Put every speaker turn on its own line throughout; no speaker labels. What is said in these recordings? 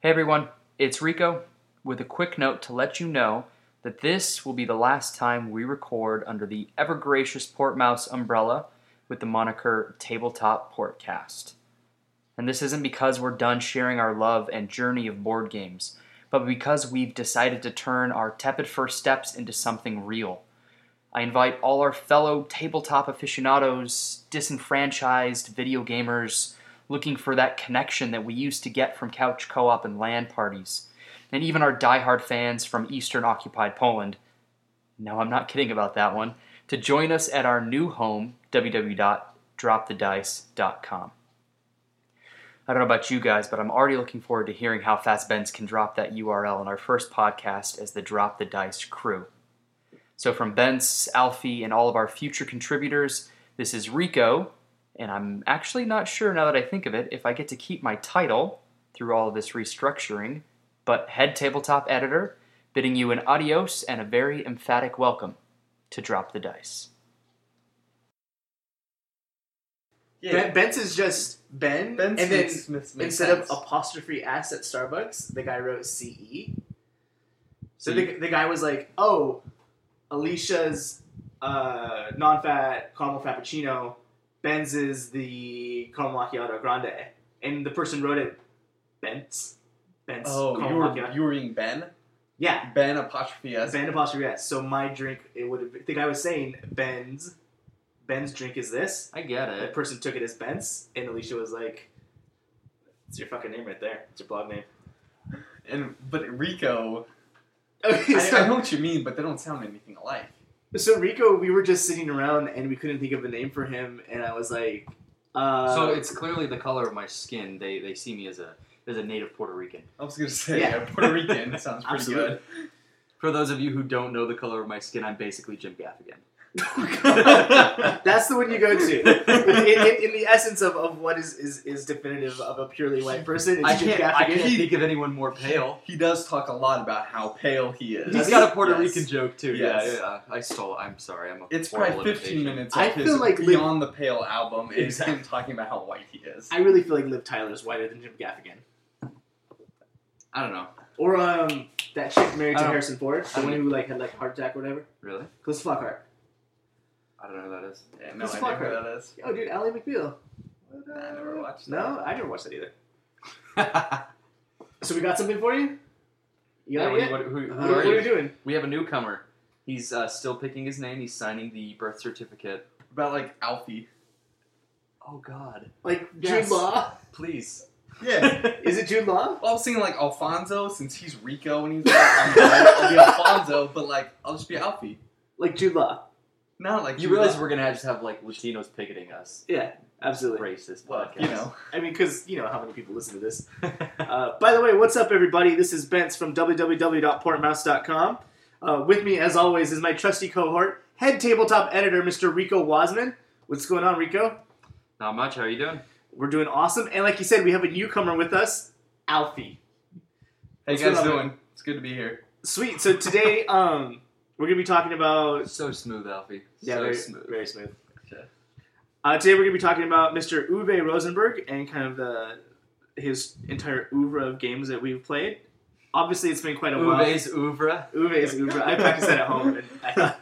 Hey everyone, it's Rico with a quick note to let you know that this will be the last time we record under the ever gracious Portmouse umbrella with the moniker Tabletop Portcast. And this isn't because we're done sharing our love and journey of board games, but because we've decided to turn our tepid first steps into something real. I invite all our fellow tabletop aficionados, disenfranchised video gamers, looking for that connection that we used to get from couch co op and LAN parties, and even our diehard fans from Eastern occupied Poland. No, I'm not kidding about that one. To join us at our new home, www.dropthedice.com. I don't know about you guys, but I'm already looking forward to hearing how fast Benz can drop that URL in our first podcast as the Drop the Dice crew. So, from Bence, Alfie, and all of our future contributors, this is Rico, and I'm actually not sure now that I think of it if I get to keep my title through all of this restructuring, but head tabletop editor, bidding you an adios and a very emphatic welcome to Drop the Dice.
Ben, Ben's is just Ben,
Ben
and then
Smith, Smith makes
instead of
sense.
apostrophe s at Starbucks, the guy wrote ce. So
See?
the, the guy was like, "Oh, Alicia's uh, non-fat caramel frappuccino. Ben's is the caramel macchiato grande." And the person wrote it, Ben's, Ben's
oh, you
caramel
were
macchiato.
you were reading Ben,
Yeah,
Ben apostrophe s.
Ben apostrophe s. So my drink, it would have. been- The guy was saying Ben's, Ben's drink is this.
I get
The person took it as Benz, and Alicia was like, "It's your fucking name right there. It's your blog name."
And but Rico,
Okay,
I,
so,
I know what you mean, but they don't sound anything alike.
so Rico, we were just sitting around, and we couldn't think of a name for him, and I was like, uh,
so it's clearly the color of my skin. They they see me as a as a native Puerto Rican.
I was gonna say
Yeah.
yeah. Puerto Rican sounds pretty
Absolutely.
good.
For those of you who don't know the color of my skin, I'm basically Jim Gaffigan.
that's the one you go to." in, in, in the essence of, of what is, is, is definitive of a purely white person, it's
I
Jim
can't, I
Gaffigan.
can't think of anyone more pale.
He does talk a lot about how pale he is.
He's
Does
got
he?
a Puerto
Yes.
Rican joke too.
Yes.
Yeah, yeah. I stole. it. I'm sorry. I'm a
It's
horrible
probably 15
imitation.
minutes of
I
his
feel like Liv-
Beyond the Pale album is
Exactly.
him talking about how white he is.
I really feel like Liv Tyler is whiter than Jim Gaffigan,
I don't know.
or um, that chick married
I
to
don't-
Harrison Ford, the
Oh. I
one
don't-
who like had like a heart attack or whatever.
Really?
Calista Flockhart.
I don't know who that is.
Yeah, no
It's
idea who
Flockhart.
that is.
Oh, dude, Ally McBeal.
Nah, I never watched that.
No, I never watched that either.
yeah,
So we got something for you. You got
what,
it? yet? Uh-huh.
what- who, who
What,
are
what are we
you?
doing?
We have a newcomer. He's uh, still picking his name. He's signing the birth certificate.
About like Alfie.
Oh God!
Like
Yes.
Jude Law?
Please.
Yeah.
Is it Jude Law?
Well, I was thinking like Alfonso since he's Rico and he's like, I'm white, I'll be Alfonso, but like I'll just be Alfie.
Like Jude Law?
No, like
You realize we're gonna just have like Latinos picketing us.
Yeah, absolutely.
Racist
well,
podcast.
you know,
I mean, because you know how many people listen to this. Uh, by the way, what's up, everybody? This is Bence from www.portmouse.com. Uh, with me, as always, is my trusty cohort, head tabletop editor, Mr. Rico Wasman. What's going on, Rico?
Not much. How are you doing?
We're doing awesome. And like you said, we have a newcomer with us, Alfie.
how you
What's going
guys
on,
doing? It's good to be here.
Sweet. So today, um, we're going to be talking about
So smooth, Alfie.
Yeah,
so
very
smooth.
Very smooth.
Okay.
Uh, today we're going to be talking about Mr. Uwe Rosenberg and kind of the his entire oeuvre of games that we've played. Obviously, it's been quite a while.
Uwe's oeuvre.
Uwe's oeuvre. I practiced that at home. And I, thought,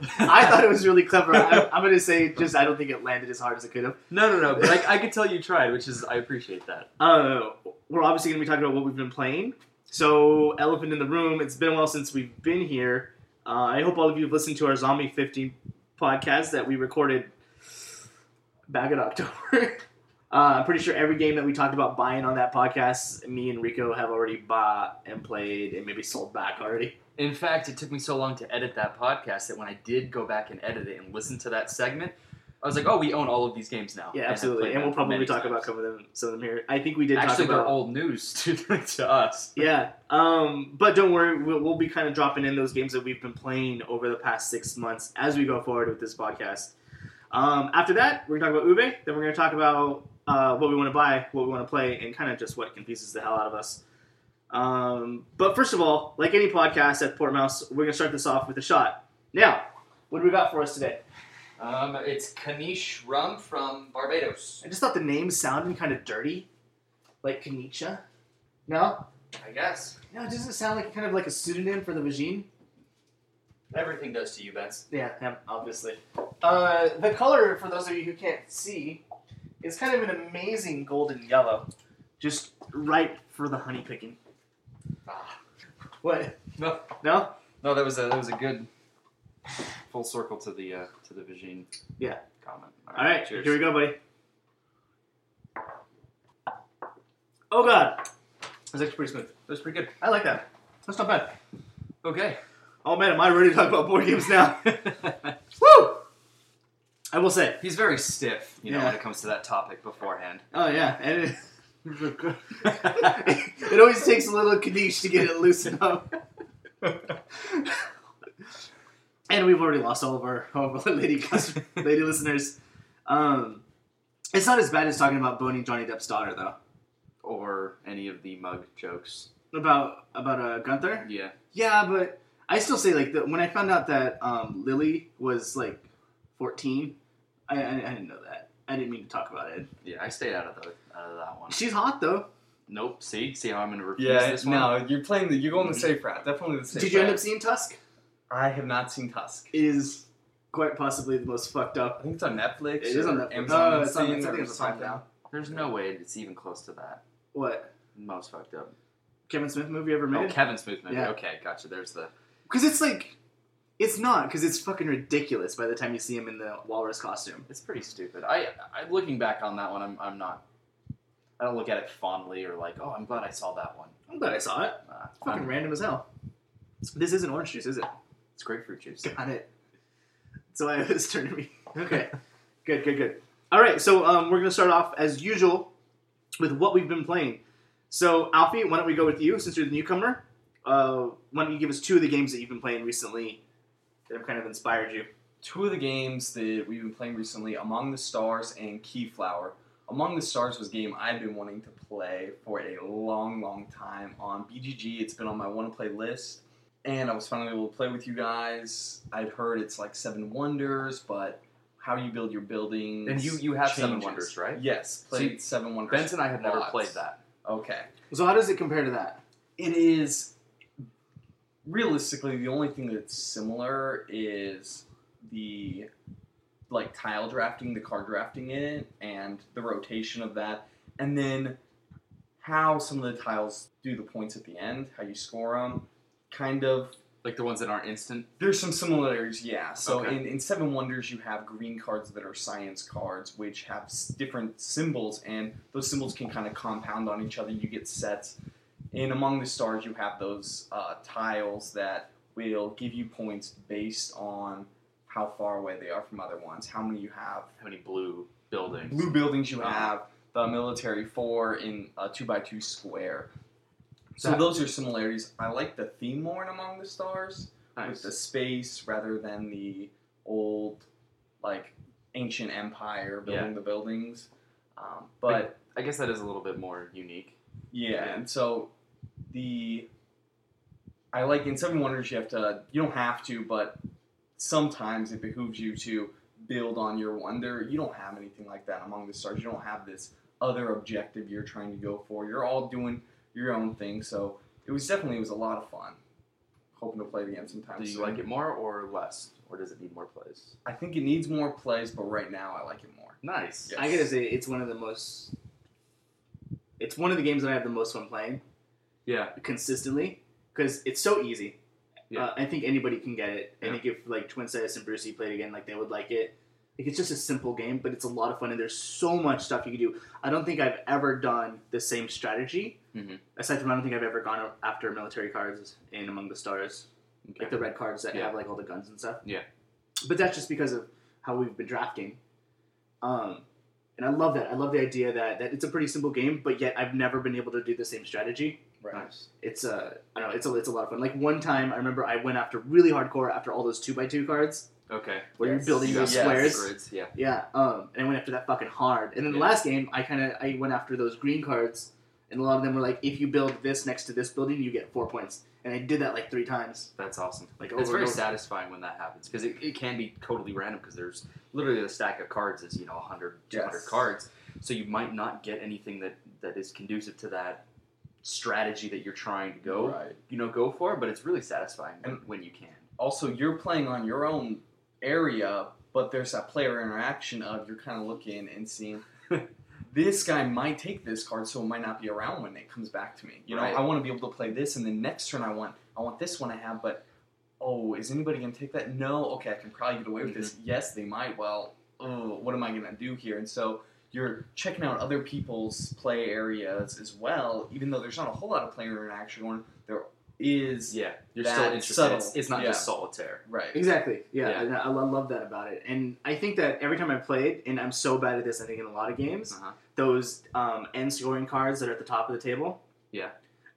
I thought it was really clever. I, I'm going to say just I don't think it landed as hard as it could have.
No, no, no. But I, I could tell you tried, which is I appreciate that.
Uh, we're obviously going to be talking about what we've been playing. So, elephant in the room. It's been a while since we've been here. Uh, I hope all of you have listened to our Zombie 15 podcast that we recorded back in October. uh, I'm pretty sure every game that we talked about buying on that podcast, me and Rico have already bought and played and maybe sold back already.
In fact, it took me so long to edit that podcast that when I did go back and edit it and listen to that segment, I was like, "Oh, we own all of these games now."
Yeah,
have
absolutely.
played
And we'll
them
probably
many
talk
times.
about some of them, some of them here. I think we did
Actually,
talk
they're
about
old news to, to us.
Yeah, um, but don't worry, we'll, we'll be kind of dropping in those games that we've been playing over the past six months as we go forward with this podcast. Um, after that, we're going to talk about Ube, then we're going to talk about uh, what we want to buy, what we want to play, and kind of just what confuses the hell out of us. Um, but first of all, like any podcast at Portmouse, we're going to start this off with a shot. Now, what do we got for us today?
Um, it's Kanish Rum from Barbados.
I just thought the name sounded kind of dirty, like Kanicha. No?
I guess.
No, doesn't it sound like kind of like a pseudonym for the Vagine?
Everything does to you, Benz.
Yeah, him, obviously. Uh, the color, for those of you who can't see, is kind of an amazing golden yellow. Just ripe for the honey picking.
Ah.
What?
No.
No?
No, that was a that was a good full circle to the uh, to the Vagine.
Yeah.
Comment.
All right,
Cheers.
here we go, buddy. Oh, God. That's actually pretty smooth.
That was pretty good.
I like that. That's not bad.
Okay.
Oh, man, am I ready to talk about board games now? Woo! I will say.
He's very stiff, you know,
Yeah.
when it comes to that topic beforehand.
Oh, yeah. And it, it always takes a little knish to get it loosened up. and we've already lost all of our, all of our lady customers. lady listeners. Um, it's not as bad as talking about boning Johnny Depp's daughter, though.
or any of the mug jokes.
About about uh, Gunther.
Yeah.
Yeah, but I still say like the, when I found out that um, Lily was like fourteen, I, I I didn't know that. I didn't mean to talk about it.
Yeah, I stayed out of the out of that one.
She's hot though.
Nope. See, see how I'm gonna refuse
Yeah,
this one. Mm-hmm.
no, you're playing the. You're going the safe route. Definitely the safe.
Did you end
route.
up seeing Tusk?
I have not seen Tusk.
It is quite possibly the most fucked
I
up.
think it's on Netflix.
It is on
or
Netflix.
Amazon
No, it's on- I
Instant
think
or
it's on
something.
Prime now.
There's no way it's even close to that.
What
Most fucked up.
Kevin Smith movie ever
Oh,
made?
Kevin Smith movie.
Yeah.
Okay, gotcha. There's the.
Because it's like. It's not because it's fucking ridiculous. By the time you see him in the walrus costume,
It's pretty stupid. I, I looking back on that one, I'm, I'm not. I don't look at it fondly or like, oh, I'm glad I saw that one.
I'm glad I saw it.
Uh,
Fucking
I'm-
random as hell. This isn't orange juice, is it?
it's grapefruit juice.
Got it. That's why it was turned to me. Okay. good, good, good. All right, so um, we're going to start off as usual with what we've been playing. So, Alfie, why don't we go with you since you're the newcomer? Uh, why don't you give us two of the games that you've been playing recently that have kind of inspired you?
two of the games that we've been playing recently, Among the Stars and Keyflower. Among the Stars was a game I've been wanting to play for a long, long time on BGG. It's been on my want to play list, and I was finally able to play with you guys. I'd heard it's like Seven Wonders, but how you build your buildings.
And you, you have Seven
changes.
Wonders, right?
Yes,
So
played
you-
Seven Wonders.
Benson and I have never
lots.
played that.
Okay.
So, how does it compare to that?
It is realistically the only thing that's similar is the like tile drafting, the card drafting in it, and the rotation of that, and then how some of the tiles do the points at the end, how you score them. Kind of,
Like the ones that aren't instant.
there's some similarities, yeah. So
Okay.
in, in Seven Wonders, you have green cards that are science cards, which have s- different symbols, and those symbols can kind of compound on each other. You get sets and among the stars, you have those uh, tiles that will give you points based on how far away they are from other ones, how many you have,
How many blue buildings?
blue buildings you
Uh-huh.
have, the military four in a two by two square. So
That-
those are similarities. I like the theme more in Among the Stars with
Nice.
the space rather than the old, like ancient empire building the buildings. Um, but
I guess that is a little bit more unique.
yeah,
Yeah.
and so the I like in Seven Wonders you have to you don't have to, but sometimes it behooves you to build on your wonder. You don't have anything like that among the stars. You don't have this other objective you're trying to go for. You're all doing your own thing, so it was definitely it was a lot of fun. Hoping to play it again sometime.
Do you
soon.
like it more or less, or does it need more plays?
I think it needs more plays, but right now I like it more.
Nice.
Yeah.
I gotta say, it's one of the most. It's one of the games that I have the most fun playing
Yeah.
consistently because it's so easy.
Yeah.
Uh, I think anybody can get it. I
Yeah.
think if like Twin Citus and Brucey played again, like they would like it. Like it's just a simple game, but it's a lot of fun, and there's so much stuff you can do. I don't think I've ever done the same strategy.
Mhm.
Aside from, I don't think I've ever gone after military cards in Among the Stars,
Okay.
like the red cards that
Yeah.
have like all the guns and stuff.
Yeah.
But that's just because of how we've been drafting. Um, and I love that. I love the idea that that it's a pretty simple game, but yet I've never been able to do the same strategy
Nice.
it's uh, I don't know, it's a, it's a lot of fun. Like one time, I remember I went after really hardcore after all those two by two cards
Okay.
where
Yes.
you're building
You
those
got
Yes.
squares.
grids, Yeah.
Yeah, um, and I went after that fucking hard. And then the
Yeah.
last game, I kind of I went after those green cards, and a lot of them were like, if you build this next to this building, you get four points. And I did that like three times.
That's awesome. Like
Like, over
it's very
and over.
satisfying when that happens because it, it can be totally random because there's literally the stack of cards is you know 100 200
Yes.
cards so you might not get anything that that is conducive to that strategy that you're trying to go,
Right.
you know, go for. But it's really satisfying when,
And-
when you can.
Also, you're playing on your own area, but there's that player interaction of you're kind of looking and seeing. This guy might take this card, so it might not be around when it comes back to me. You know,
Right.
I want to be able to play this, and the next turn I want, I want this one I have, but oh, is anybody gonna take that? No, okay, I can probably get away with this. Yes, they might. Well, oh, what am I gonna do here? And so you're checking out other people's play areas as well, even though there's not a whole lot of player interaction going. on, There is
Yeah, you're
That
still interested.
subtle.
It's, it's not
Yeah.
just solitaire.
right.
Exactly. Yeah,
Yeah.
and I, I love that about it. And I think that every time I played, and I'm so bad at this, I think in a lot of games,
Uh-huh.
those um, end scoring cards that are at the top of the table.
Yeah.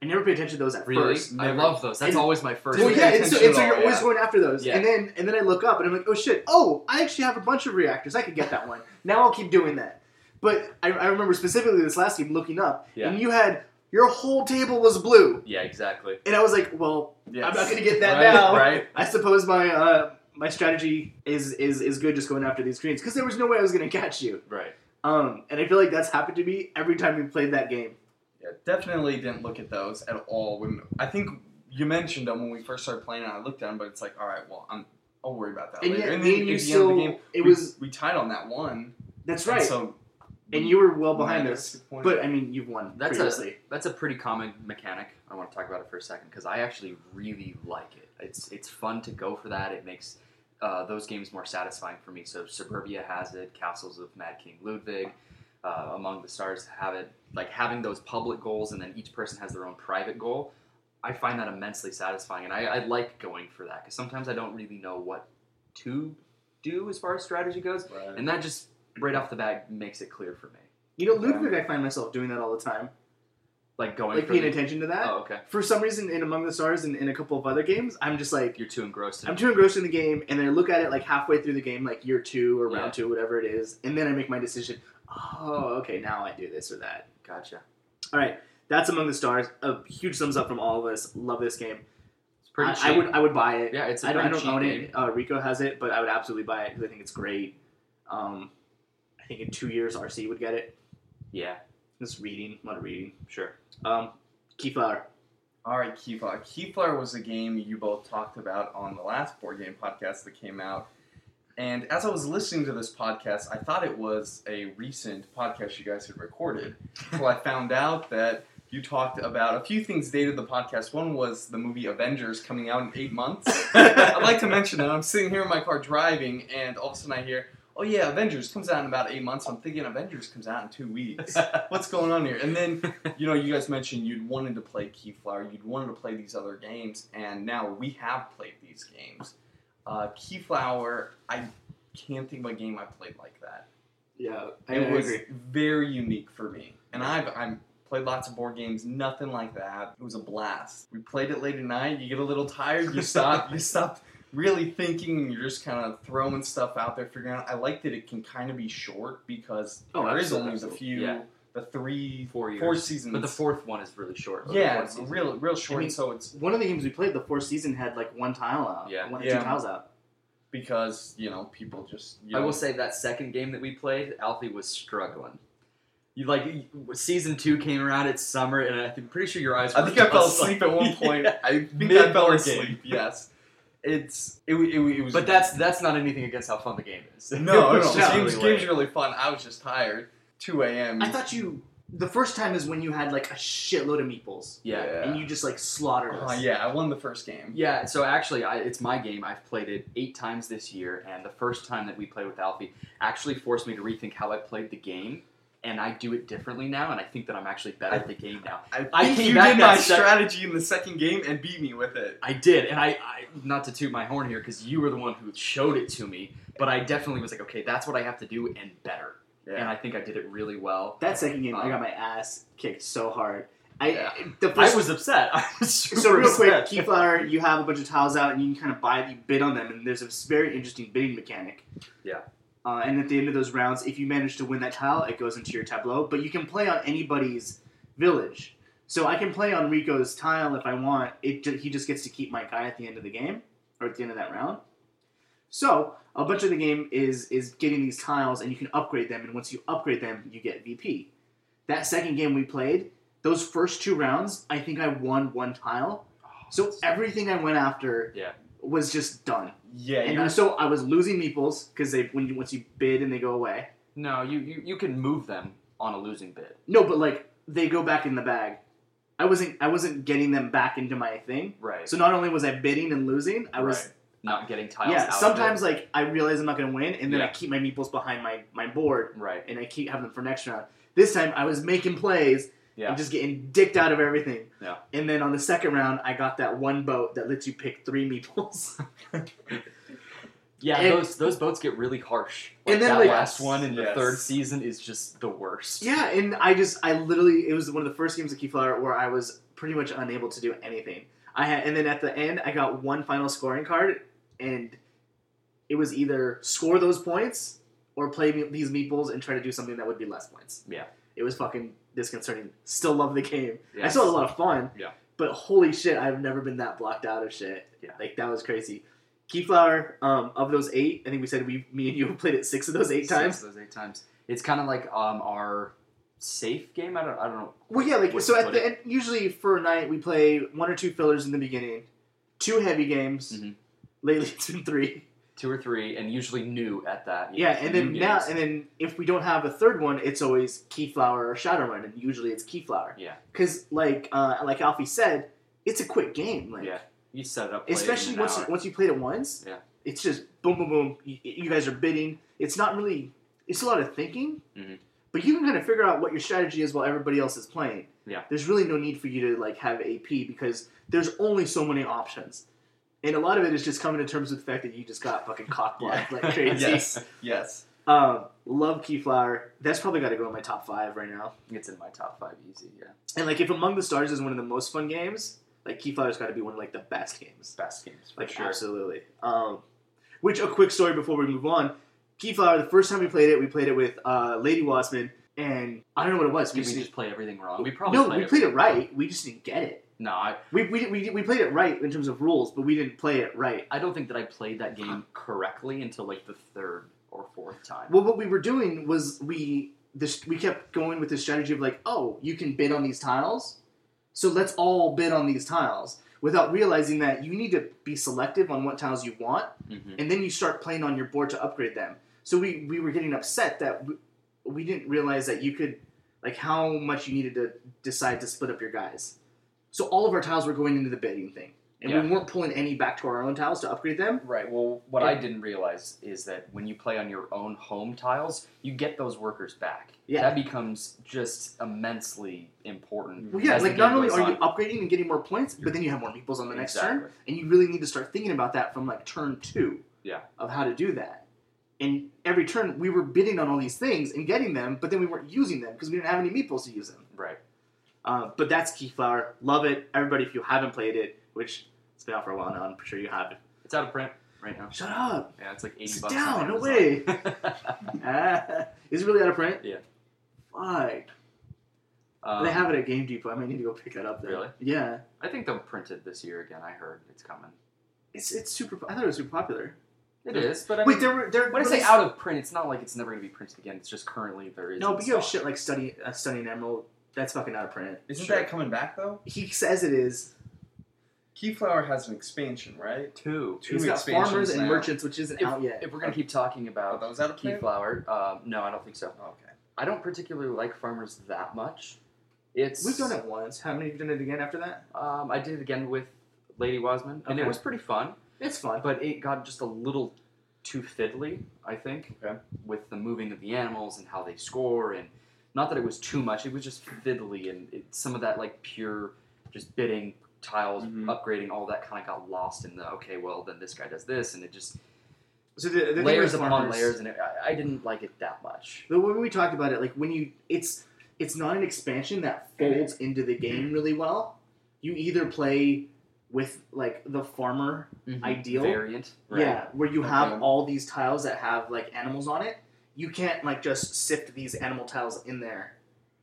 I never pay attention to those at first.
I
never-
love those. That's
And-
always my first.
Well,
Didn't
yeah,
pay
and so,
attention
and so
at
you're
all,
always
yeah.
going after those,
Yeah.
and then and then I look up and I'm like, oh shit, oh I actually have a bunch of reactors. I could get that one. Now I'll keep doing that. But I, I remember specifically this last game looking up,
Yeah.
and you had your whole table was blue,
Yeah, exactly.
and I was like, well,
Yes.
I'm not gonna get that
Right,
now.
right.
I suppose my uh, my strategy is is is good, just going after these greens because there was no way I was gonna catch you.
Right.
Um, and I feel like that's happened to me every time we played that game.
Yeah, definitely didn't look at those at all. When I think you mentioned them when we first started playing, and I looked at them, but it's like, all right, well, I'm, I'll worry about that
And
later.
yet,
and
me
then
and
at
you
the end of
still,
the game,
it
we-
was
we tied on that one.
that's
and
right,
so
and you were well behind
minus
us.
six points.
But I mean, you've won
That's a-
previously.
That's a pretty common mechanic. I want to talk about it for a second because I actually really like it. It's it's fun to go for that. It makes uh, those games more satisfying for me. So Suburbia has it. Castles of Mad King Ludwig, uh, Among the Stars have it. Like having those public goals and then each person has their own private goal. I find that immensely satisfying, and I, I like going for that because sometimes I don't really know what to do as far as strategy goes, and that just right off the bat makes it clear for me.
You know, Ludwig, I find myself doing that all the time,
Like going
like
for
paying
the-
attention to that.
Oh, okay.
For some reason, in Among the Stars and in a couple of other games, I'm just like,
You're too engrossed. In
I'm too engrossed in the game, and then I look at it like halfway through the game, like year two or round
Yeah.
two, whatever it is, and then I make my decision. Oh, okay, now I do this or that.
Gotcha.
All right, that's Among the Stars. A huge thumbs up from all of us. Love this game.
It's pretty
I,
cheap.
I would, I would buy it.
yeah, it's a
I don't,
pretty
I don't
cheap
own
game.
it. Uh, Rico has it, but I would absolutely buy it because I think it's great. Um, I think in two years, RC would get it.
Yeah,
Just reading, a lot of reading.
sure.
Um, Keyflower.
All right, Keyflower. Keyflower was a game you both talked about on the last board game podcast that came out. And as I was listening to this podcast, I thought it was a recent podcast you guys had recorded. Until I found out that you talked about a few things dated the podcast. One was the movie Avengers coming out in eight months. I'd like to mention that I'm sitting here in my car driving, and all of a sudden I hear, oh yeah, Avengers comes out in about eight months. I'm thinking Avengers comes out in two weeks. What's going on here? And then you know, you guys mentioned you'd wanted to play Keyflower, you'd wanted to play these other games, and now we have played these games. Uh, Keyflower, I can't think of a game I played like that.
Yeah,
it was very unique for me, and I've I'm played lots of board games, nothing like that. It was a blast. We played it late at night. You get a little tired, you stop, you stop really thinking, and you're just kind of throwing stuff out there, figuring out. I liked that it can kind of be short because
Oh,
there is
absolutely,
only the
absolutely.
few.
Yeah.
The three,
Four
four
years.
seasons.
But the fourth one is really short. or the
Yeah,
fourth
it's
season.
real, real short.
I mean-
so it's
One of the games we played, the fourth season had like one tile out.
Yeah.
One or
Yeah.
two tiles out.
because you know people just. You
I
know,
will say that second game that we played, Alfie was struggling. You like you- season two came around. It's summer, and I think pretty sure your eyes.
I
were
think I fell
just, like-
asleep at one point.
Yeah.
I think I
Mid-board
fell
game.
asleep. Yes, it's it, wa- it, wa- it was.
But that's that's not anything against how fun the game is.
no, no,
It
no.
was just
Games,
really
games
late.
are really fun. I was just tired. Two a.m.
Mm-hmm.
I thought you. The first time is when you had like a shitload of meatballs
Yeah.
and you just like slaughtered
Oh,
us.
yeah, I won the first game.
Yeah, so actually, I, it's my game. I've played it eight times this year, and the first time that we played with Alfie actually forced me to rethink how I played the game, and I do it differently now, and I think that I'm actually better at the game now.
I,
I
think
came
you
back
did
that
my
sec-
strategy in the second game and beat me with it.
I did, and I, I not to toot my horn here because you were the one who showed it to me, but I definitely was like, okay, that's what I have to do and better, and I think I did it really well.
That second game, I
Um,
got my ass kicked so hard. I
Yeah.
the
I
first.
was upset. I was super
so real quick,
upset.
Keyflower, you have a bunch of tiles out, and you can kind of buy, you bid on them, and there's a very interesting bidding mechanic.
Yeah.
Uh, and at the end of those rounds, if you manage to win that tile, it goes into your tableau. But you can play on anybody's village, so I can play on Rico's tile if I want. It ju- he just gets to keep my guy at the end of the game, or at the end of that round. So a bunch of the game is is getting these tiles, and you can upgrade them. And once you upgrade them, you get VP. That second game we played, those first two rounds, I think I won one tile.
Oh,
So everything I went after
Yeah.
was just done.
Yeah,
And
you're-
so I was losing meeples because they when you, once you bid and they go away.
No, you, you you can move them on a losing bid.
No, but like they go back in the bag. I wasn't I wasn't getting them back into my thing.
Right.
So not only was I bidding and losing, I was
Right. not getting tiles. out
yeah.
of it.
Sometimes like I realize I'm not gonna win, and then I
Yeah.
keep my meeples behind my my board,
Right.
and I keep having them for next round. This time I was making plays
Yeah.
I'm just getting dicked out of everything.
Yeah.
And then on the second round, I got that one boat that lets you pick three meeples.
Yeah,
And-
those those boats get really harsh.
And
Like,
then,
that
like-
last one in the
Yes.
third season is just the worst.
yeah, and I just, I literally, it was one of the first games of Keyflower where I was pretty much unable to do anything. I had, and then at the end, I got one final scoring card, and it was either score those points or play me- these meeples and try to do something that would be less points.
Yeah.
It was fucking disconcerting. Still love the game. I
Yes.
still had a lot of fun.
Yeah.
But holy shit, I've never been that blocked out of shit.
Yeah.
Like that was crazy. Keyflower, um, of those eight, I think we said we, me and you played it six of those eight
Six
times.
of Those eight times. It's kind of like um our safe game. I don't. I don't know.
Well, yeah, like
what
so
to
at
put
the
it.
end, usually for a night we play one or two fillers in the beginning, two heavy games.
Mhm.
Lately it's been three.
two or three, and usually new at that. you
Yeah,
know,
and
new
then now
games.
and then if we don't have a third one, it's always Keyflower or Shadowrun, and usually it's Keyflower.
Yeah.
Because like uh, like Alfie said, it's a quick game. Like
yeah, you set it up. play it in
especially
an
once you,
hour.
once you played it once.
Yeah.
it's just boom, boom, boom. You, you guys are bidding. It's not really. It's a lot of thinking,
Mhm.
but you can kind of figure out what your strategy is while everybody else is playing.
Yeah.
there's really no need for you to like have AP because there's only so many options, and a lot of it is just coming to terms with the fact that you just got fucking cock blocked like crazy.
yes, yes.
Um, love Keyflower. That's probably got to go in my top five right now.
it's in my top five easy. Yeah,
And like, if Among the Stars is one of the most fun games, like Keyflower's got to be one of like the best games.
best games for
Like
sure.
absolutely. Um, which a quick story before we move on. Keyflower, the first time we played it, we played it with uh, Lady Wasman, and I don't know what it was.
Did we
just
just play everything wrong?
didn't-
We probably
no,
played
we played it right. We just didn't get it.
No, I,
We, we, we, we played it right in terms of rules, but we didn't play it right.
I don't think that I played that game correctly until like the third or fourth time.
Well, what we were doing was we this we kept going with the strategy of like, oh, you can bid on these tiles, so let's all bid on these tiles without realizing that you need to be selective on what tiles you want
Mhm.
and then you start playing on your board to upgrade them. So we we were getting upset that we, we didn't realize that you could like how much you needed to decide to split up your guys. So all of our tiles were going into the bidding thing, and we
Yeah.
weren't pulling any back to our own tiles to upgrade them.
Right. Well, what I didn't realize is that when you play on your own home tiles, you get those workers back.
Yeah.
That becomes just immensely important.
Well, yeah,
as the
like not
game
only
goes
are you
on.
upgrading and getting more points, but then you have more meeples on the next
exactly.
turn, and you really need to start thinking about that from like turn two.
Yeah.
Of how to do that, and every turn we were bidding on all these things and getting them, but then we weren't using them because we didn't have any meeples to use them.
Right.
Uh, but that's Keyflower. Love it. Everybody, if you haven't played it, which it's been out for a while now, I'm sure you have.
It's out of print right now.
Shut up.
Yeah, it's like eighty
Sit
bucks.
down,
on
no
Amazon.
way. Ah, is it really out of print?
Yeah.
Fuck.
um,
they have it at Game Depot. I might need to go pick that up. Then.
Really?
Yeah.
I think they'll print it this year again. I heard it's coming.
It's it's super. I thought it was super popular.
It
Yeah.
is, but I
Wait,
mean,
there were there.
when I
were
say
these-
out of print, it's not like it's never going to be printed again. It's just currently there is.
No,
in
but you have
stock.
shit like study uh, studying emerald. That's fucking out of print.
Isn't
Sure.
that coming back though?
He says it is.
Keyflower has an expansion, right?
Two.
Two
He's got
expansions
farmers and
now.
merchants, which isn't out yet.
If we're going to keep talking
Oh,
about
that was out of print.
Keyflower, um, no, I don't think so.
Okay.
I don't particularly like farmers that much. It's
We've done it once. How many have done it again after that?
Um, I did it again with Lady Wasman, and it
Okay.
was pretty fun,
It's fun.
but it got just a little too fiddly. I think
Okay.
with the moving of the animals and how they score, and not that it was too much. It was just fiddly, and it, some of that like pure just bidding tiles,
Mhm.
Mm-hmm.
upgrading, all that kind of got lost in the okay. Well, then this guy does this, and it just
So the, the thing
layers
with
upon
farmers-
layers, and it, I, I didn't like it that much.
But when we talked about it, like when you, it's it's not an expansion that folds into the game really well. You either play with like the farmer, Ideal?
variant, right?
Mm-hmm. yeah, where you have
Okay.
all these tiles that have like animals on it. You can't like just sift these animal tiles in there.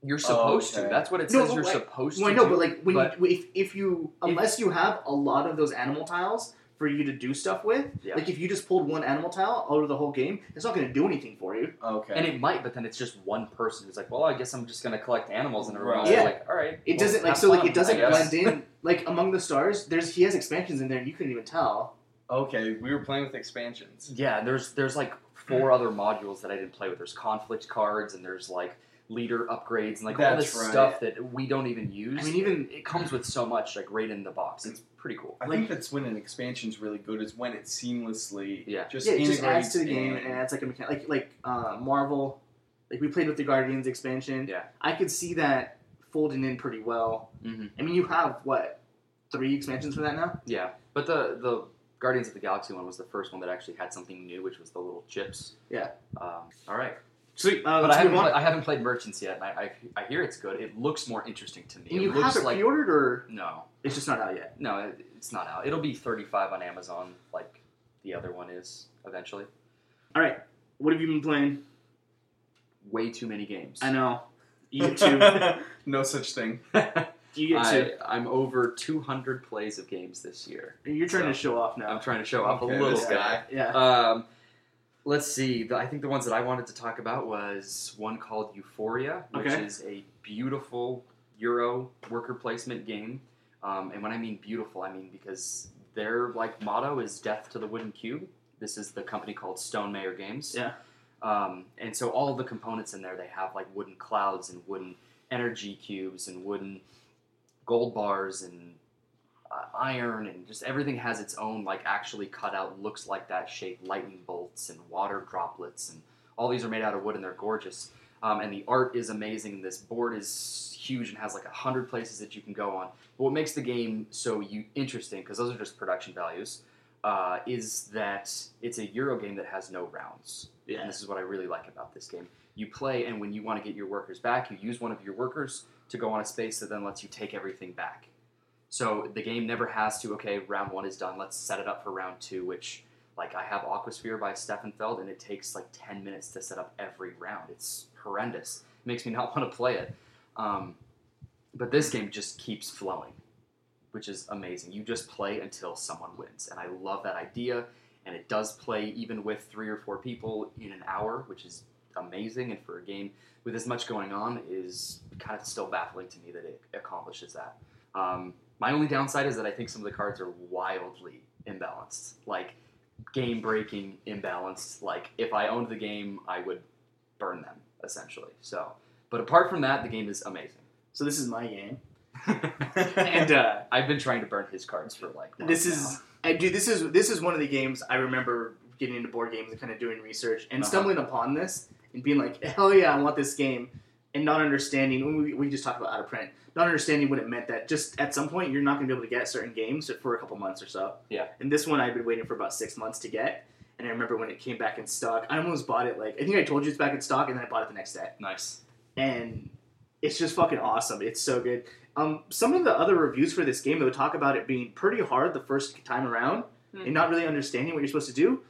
You're supposed
Oh, Okay.
to. That's what it
No,
says.
but
you're
like-
supposed
Well, I
to.
know,
do.
but like when
but-
you, if if you unless you have a lot of those animal tiles for you to do stuff with.
Yeah.
Like if you just pulled one animal tile over the whole game, it's not going to do anything for you.
Okay.
And it might, but then it's just one person who's like, well, I guess I'm just gonna collect animals, and everyone's
Right. Yeah.
like, all right.
It
well,
doesn't like
have
so like
fun,
it doesn't
I guess.
blend in. Like among the stars, there's he has expansions in there, and you couldn't even tell.
okay, we were playing with expansions.
Yeah, there's there's like four other modules that I didn't play with. There's conflict cards, and there's like leader upgrades, and like all
That's
this
right.
stuff that we don't even use.
I mean, even
it comes with so much like right in the box. It's pretty cool.
I think that's when an expansion's really good is when it seamlessly
Yeah.
just
yeah, it just adds
integrates
to the game
in.
and adds like a mechanic, like like uh, Marvel. Like we played with the Guardians expansion.
Yeah.
I could see that folding in pretty well.
Mm-hmm.
I mean, you have what three expansions for that now?
Yeah, but the the Guardians of the Galaxy one was the first one that actually had something new, which was the little chips.
Yeah.
Um, all right,
Sweet. Uh,
but I
let's
haven't,
move on.
pla- I haven't played Merchants yet. And I, I I hear it's good. It looks more interesting to me.
And
it
you
looks
have it
like
pre-ordered, or
no,
it's just not out yet.
no, it, it's not out. It'll be thirty five on Amazon, like the other one is eventually.
What have you been playing?
Way too many games.
I know. You get two.
E no such thing.
You get two.
I, I'm over 200 plays of games this year.
You're trying to
So-
show off now.
I'm trying to show off
Okay,
a little
this
bit.
guy.
Yeah.
Um, let's see. The, I think the ones that I wanted to talk about was one called Euphoria, which
Okay.
is a beautiful Euro worker placement game. Um, and when I mean beautiful, I mean because their like motto is "Death to the Wooden Cube." This is the company called Stone Mayor Games.
Yeah.
Um, and so all of the components in there, they have like wooden clouds and wooden energy cubes and wooden gold bars and uh, iron and just everything has its own like actually cut out looks like that shape lightning bolts and water droplets and all these are made out of wood and they're gorgeous um, and the art is amazing this board is huge and has like a hundred places that you can go on but what makes the game so you interesting because those are just production values uh, is that it's a euro game that has no rounds
Yeah.
and this is what I really like about this game. You play, and when you want to get your workers back, you use one of your workers to go on a space that then lets you take everything back. So the game never has to, okay, round one is done, let's set it up for round two, which, like, I have Aquasphere by Steffenfeld, and it takes like 10 minutes to set up every round. It's horrendous. It makes me not want to play it. Um, but this game just keeps flowing, which is amazing. You just play until someone wins, and I love that idea and it does play even with three or four people in an hour, which is amazing. And for a game with as much going on, is kind of still baffling to me that it accomplishes that. Um, my only downside is that I think some of the cards are wildly imbalanced, like game breaking imbalanced. Like if I owned the game, I would burn them essentially. So, but apart from that, the game is amazing.
So this is my game,
and
and uh,
I've been trying to burn his cards for like
this
months
is, I, dude, this is this is one of the games I remember getting into board games and kind of doing research and
Uh-huh.
stumbling upon this and being like, hell yeah, I want this game, and not understanding. We, we just talked about out of print, not understanding what it meant that just at some point you're not going to be able to get certain games for a couple months or so.
Yeah.
And this one I've been waiting for about six months to get. And I remember when it came back in stock, I almost bought it like I think I told you it's back in stock, and then I bought it the next day.
now. nice.
and it's just fucking awesome. It's so good. Um, some of the other reviews for this game, though, talk about it being pretty hard the first time around
Hmm.
and not really understanding what you're supposed to do.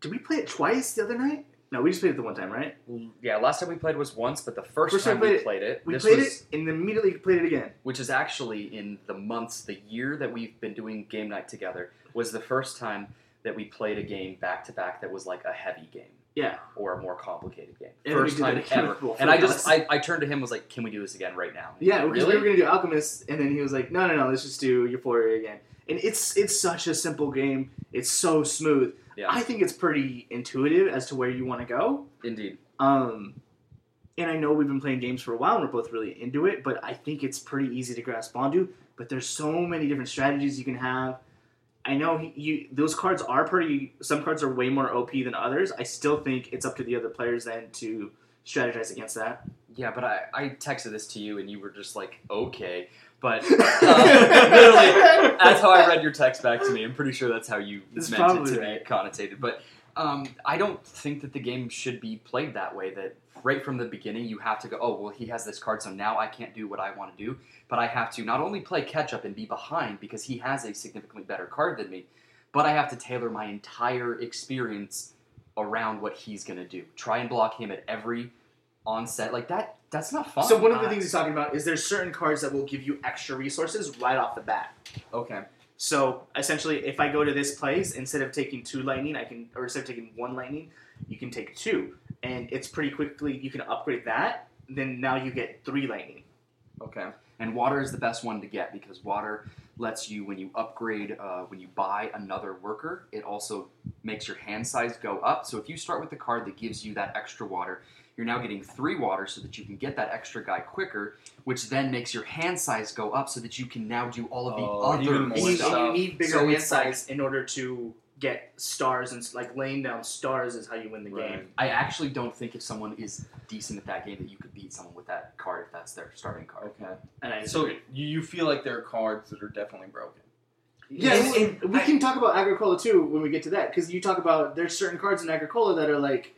Did we play it twice the other night? No, we just played it the one time, right?
Yeah, last time we played was once, but the first,
First time
time
we
we
played
played it,
it- We
this
played
was
it and then immediately played it again.
which is actually in the months, the year that we've been doing game night together, was the first time that we played a game back to back that was like a heavy game.
Yeah.
Or a more complicated game.
And we
first
did that
time
again
ever.
with Wolf
And I
Among
just
Us.
I, I turned to him and was like, Can we do this again right now? And he's
Yeah,
like,
because
really?
we were gonna do Alchemist, and then he was like, "No, no, no, let's just do Euphoria again." And it's it's such a simple game. It's so smooth.
yeah,
I think it's pretty intuitive as to where you want to go.
indeed.
Um, and I know we've been playing games for a while and we're both really into it, but I think it's pretty easy to grasp onto. But there's so many different strategies you can have. I know he, you those cards are pretty. Some cards are way more OP than others. I still think it's up to the other players then to strategize against that.
Yeah, but I, I texted this to you and you were just like, Okay. But uh, literally that's how I read your text back to me. I'm pretty sure that's how you
It's
meant it
probably
to
right.
be connotated. But um, I don't think that the game should be played that way. That right from the beginning you have to go. Oh well, he has this card, so now I can't do what I want to do. But I have to not only play catch up and be behind because he has a significantly better card than me, but I have to tailor my entire experience around what he's gonna do. Try and block him at every onset. Like that. That's not fun.
So one of the
Uh,
things he's talking about is there's certain cards that will give you extra resources right off the bat.
okay.
So essentially, if I go to this place, instead of taking two lightning, I can, or instead of taking one lightning, you can take two, and it's pretty quickly you can upgrade that. Then now you get three lightning.
Okay.
And water is the best one to get because water lets you, when you upgrade, uh, when you buy another worker, it also makes your hand size go up. So if you start with the card that gives you that extra water, you're now getting three water so that you can get that extra guy quicker, which then makes your hand size go up so that you can now do all of the
Oh,
other
even
And
more
you, and
stuff.
you need bigger
So
hand
it's like-
size in order to get stars, and s- like laying down stars is how you win the
Right.
game.
I actually don't think if someone is decent at that game that you could beat someone with that card if that's their starting card.
Okay.
And I
So you, you feel like there are cards that are definitely broken.
Yes,
Yeah,
and we can talk about Agricola too when we get to that because you talk about there's certain cards in Agricola that are like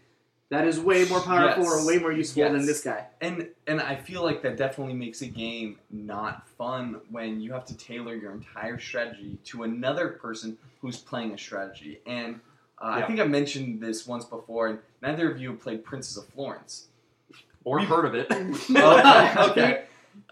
that is way more powerful
Yes.
or way more useful than
Yes.
this guy.
And and I feel like that definitely makes a game not fun when you have to tailor your entire strategy to another person who's playing a strategy. And uh, I
Yeah.
think I mentioned this once before, and neither of you have played Princess of Florence.
Or heard of it.
Oh, okay.
Oh,
okay.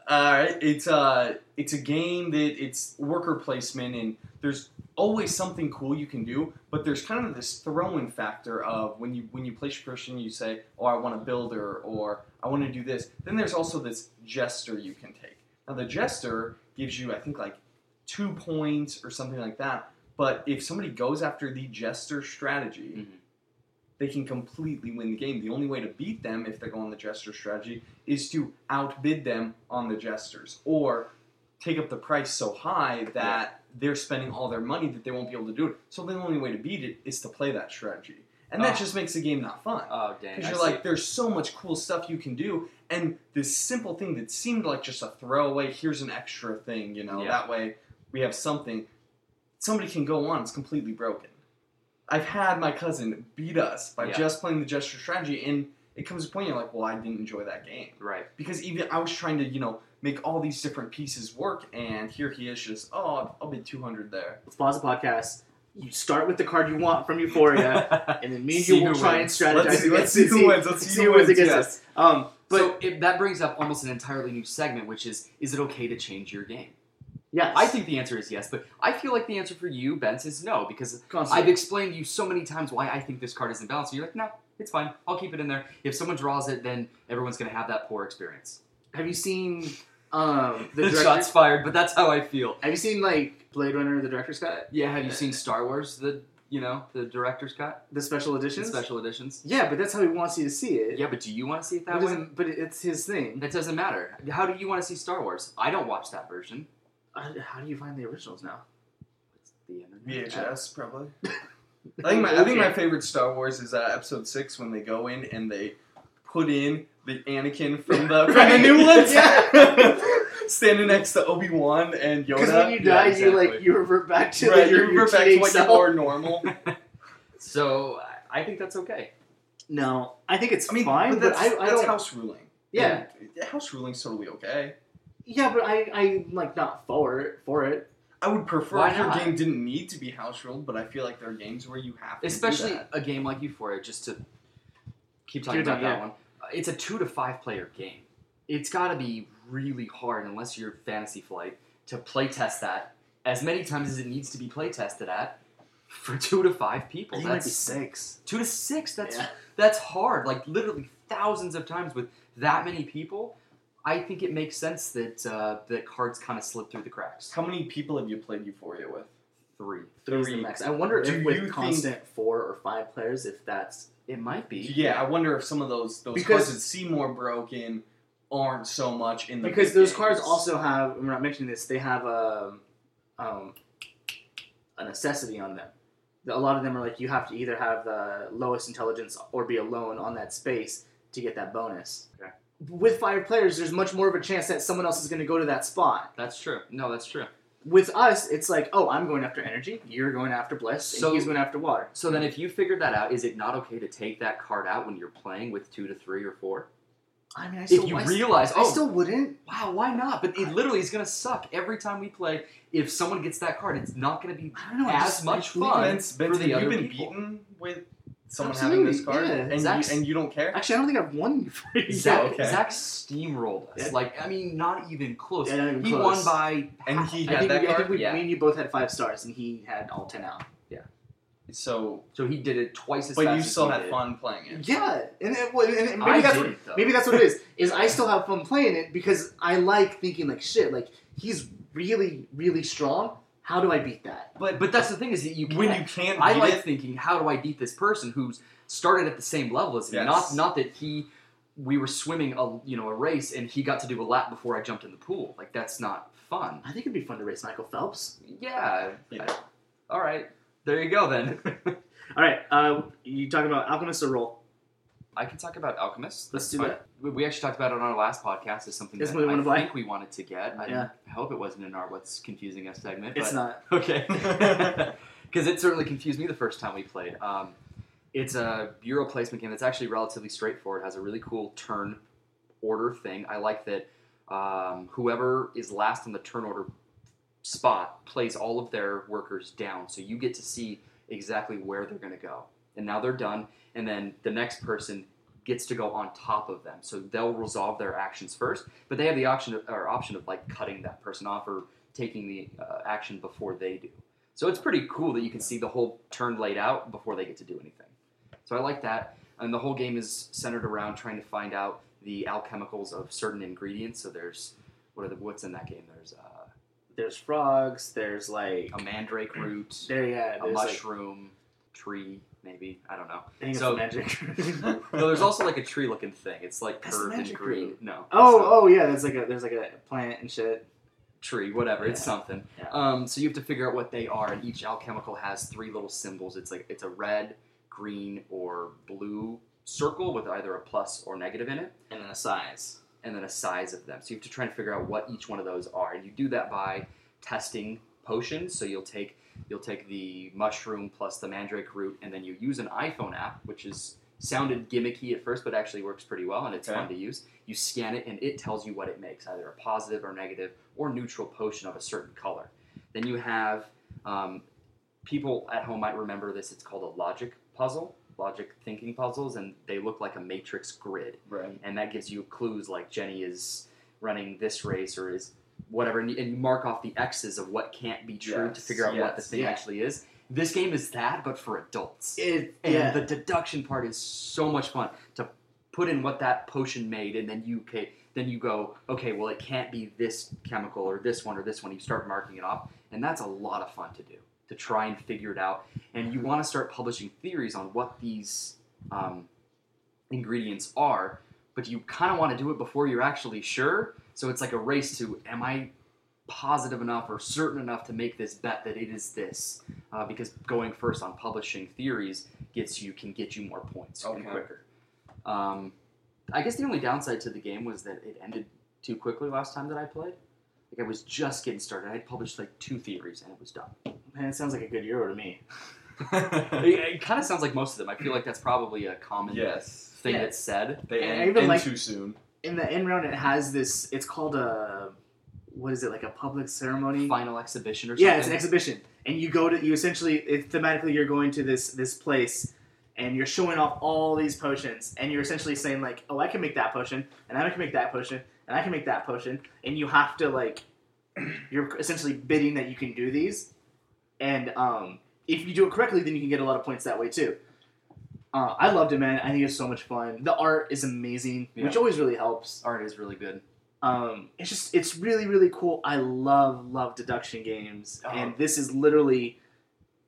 All right. It's uh it's a game that it's worker placement and there's always something cool you can do, but there's kind of this throw-in factor of when you when you place your person, you say, "Oh, I want a builder," or "I want to do this." Then there's also this jester you can take. Now the jester gives you, I think, like two points or something like that. But if somebody goes after the jester strategy,
Mhm.
they can completely win the game. The only way to beat them if they go on the jester strategy is to outbid them on the jesters or take up the price so high that they're spending all their money that they won't be able to do it. So the only way to beat it is to play that strategy. And that
Ah.
just makes the game not fun.
Oh dang!
Because
I
you're
see.
like, there's so much cool stuff you can do, and this simple thing that seemed like just a throwaway, here's an extra thing, you know,
Yeah.
that way we have something. Somebody can go on, it's completely broken. I've had my cousin beat us by
Yeah.
just playing the gesture strategy, and it comes to a point you're like, well, I didn't enjoy that game.
right.
Because even I was trying to, you know, make all these different pieces work, and here he is just, oh, I'll be 200 there.
Let's pause the podcast. You start with the card you want from Euphoria, and then me and
See
you will
who
try
wins.
and strategize.
let's see, let's
against-
see who wins. Let's
see who wins against
yes.
us. Um, but
so if that brings up almost an entirely new segment, which is: is it okay to change your game?
yeah,
I think the answer is yes, but I feel like the answer for you, Benz, is no because
constantly.
I've explained to you so many times why I think this card isn't balanced. And you're like, no, it's fine. I'll keep it in there. If someone draws it, then everyone's gonna have that poor experience.
have you seen um,
The,
the director?
shots fired, but that's how I feel.
Have you seen like Blade Runner, the director's cut,
Yeah, have you seen Star Wars? The you know the director's cut,
the special
the
editions?
special editions.
Yeah, but that's how he wants you to see it.
Yeah, but do you want to see it
But it
that way?
doesn't- but it's his thing.
That doesn't matter. How do you want to see Star Wars? I don't watch that version.
Uh, How do you find the originals now?
It's the internet.
VHS, probably. I think my I think my favorite Star Wars is uh, Episode Six when they go in and they put in the Anakin from the from the
Right.
new ones,
Yeah.
standing next to Obi Wan and Yoda.
Because when you die,
yeah,
you like
exactly.
you revert back to
right,
the, your,
you revert back to
teenage
what you
self.
were normal.
So I- I think that's okay.
No, I think it's
I mean,
fine.
but that's,
I, I
that's
don't.
house ruling.
yeah,
And house ruling's totally okay.
yeah, but I, I like not for it, for it.
I would prefer
Why
if your
not?
game didn't need to be house ruled, but I feel like there are games where you have to, do
Especially
that.
a game like Euphoria, just to keep talking
Keep it
about
down,
that
yeah.
one. Uh, It's a two to five player game. It's got to be really hard, unless you're Fantasy Flight, to play test that as many times as it needs to be play tested at for two to five
I
people.
think it might be
That's
six.
two to six. That's
Yeah.
that's hard. Like literally thousands of times with that many people. I think it makes sense that uh, the cards kind of slip through the cracks.
How many people have you played Euphoria with?
Three.
Three's the
Three.
max. I wonder
Do
if
you
with
think-
constant four or five players, if that's
It might be.
Yeah, I wonder if some of those those
Because-
cards that seem more broken aren't so much in the
because
big
those
games.
cards also have. We're not mentioning this. They have a, um, a necessity on them. A lot of them are like you have to either have the lowest intelligence or be alone on that space to get that bonus.
Okay.
With five players, there's much more of a chance that someone else is going to go to that spot.
That's true. No, that's true.
with us, it's like, oh, I'm going after energy, you're going after bliss, and
So-
he's going after water.
So then, if you figured that out, is it not okay to take that card out when you're playing with two to three or four?
I mean, I
If
still,
you
I,
realize,
I
oh,
still wouldn't.
wow, why not? But it literally is going to suck every time we play. If someone gets that card, it's not going to be
I don't know. I
as
just,
much
I believe
fun
Ben's, Ben's,
for the
have
other
you been
people.
beaten with someone having this card,
Absolutely, yeah.
and,
Zach's-
you, and you don't care.
Actually, I don't think I've won for you.
Zach,
okay.
Zach steamrolled us.
Yeah.
Like, I mean, not even close.
Yeah, not even
he won
close.
by
And he
I
had
think,
that
we, I
card.
think we,
Yeah.
me and you both had five stars, and he had all ten out.
so,
So he did it twice as fast.
but you
as
still
we
had
did.
fun playing it.
Yeah, and, it, well, and it- maybe
I
that's
did
what
it, though.
maybe that's what it is. Is I still have fun playing it because I like thinking like shit. Like he's really really strong. How do I beat that?
But but that's the thing is that you
When
can't.
you can't
I
beat
like
it,
thinking, how do I beat this person who's started at the same level as me?
Yes.
Not not that he, we were swimming a you know a race and he got to do a lap before I jumped in the pool. Like that's not fun.
I think it'd be fun to race Michael Phelps.
Yeah.
Yeah.
I- all right. There you go then.
All right, uh, you talking about Alchemist or Roll?
I can talk about Alchemist.
Let's
That's
do
fine.
that.
We- We actually talked about it on our last podcast as something
It's
that
what we
I
wanna buy.
think we wanted to get. I
Yeah.
hope it wasn't in our what's confusing us segment.
It's
but-
not.
Okay. Because it certainly confused me the first time we played. Um, it's a bureau placement game that's actually relatively straightforward. Has a really cool turn order thing. I like that um, whoever is last on the turn order spot plays all of their workers down, so you get to see exactly where they're going to go. And now they're done, and then the next person gets to go on top of them, so they'll resolve their actions first. But they have the option of, or option of like cutting that person off or taking the uh, action before they do. So it's pretty cool that you can see the whole turn laid out before they get to do anything. So I like that. And the whole game is centered around trying to find out the alchemicals of certain ingredients. So there's what are the what's in that game? There's uh,
There's frogs. There's like
a mandrake root,
there yeah.
a
There's like,
mushroom, tree maybe. I don't know.
I think it's
so-
magic.
No, there's also like a tree looking thing. It's like
That's
curved and
magic
green.
root.
No. it's not-
oh oh yeah. There's like a there's like a plant and shit.
tree, whatever. It's
Yeah.
something.
Yeah.
Um, so you have to figure out what they are, and each alchemical has three little symbols. It's like it's a red, green, or blue circle with either a plus or negative in it,
And then a size.
and then a size of them. So you have to try and figure out what each one of those are, and you do that by testing potions. So you'll take you'll take the mushroom plus the mandrake root, and then you use an iPhone app, which is sounded gimmicky at first, but actually works pretty well, and it's
Okay.
fun to use. You scan it, and it tells you what it makes, either a positive or negative or neutral potion of a certain color. Then you have um, people at home might remember this. It's called a logic puzzle, logic thinking puzzles, and they look like a matrix grid
right.
and that gives you clues like Jenny is running this race or is whatever, and you, and you mark off the X's of what can't be true to
Yes,
figure out what the
yes,
thing
yeah.
actually is. This game is that, but for adults.
It,
and
yeah.
the deduction part is so much fun to put in what that potion made, and then you ca- then you go, okay, well it can't be this chemical or this one or this one. You start marking it off, and that's a lot of fun to do to try and figure it out. And you want to start publishing theories on what these um, ingredients are, but you kind of want to do it before you're actually sure. So it's like a race to am I positive enough or certain enough to make this bet that it is this? Uh, because going first on publishing theories gets you can get you more points and
Okay.
quicker. Um, I guess the only downside to the game was that it ended too quickly last time that I played. Like I was just getting started. I had published like two theories and it was done.
Man, it sounds like a good euro to me.
It, kind of sounds like most of them. I feel like that's probably a common
yes.
thing
Yeah.
that's said.
They
And I
end,
even
end
like-
too soon.
In the end round, it has this. It's called a what is it like a public ceremony?
Final exhibition or something.
yeah, it's an exhibition, and you go to you essentially it, thematically you're going to this this place, and you're showing off all these potions, and you're essentially saying like, oh, I can make that potion, and I can make that potion, and I can make that potion, and you have to like, you're essentially bidding that you can do these, and um, if you do it correctly, then you can get a lot of points that way too. Uh, I loved it, man. I think it's so much fun. The art is amazing, which
Yeah.
always really helps
art is really good.
um, it's just it's really really cool. I love love deduction games,
Oh.
and this is literally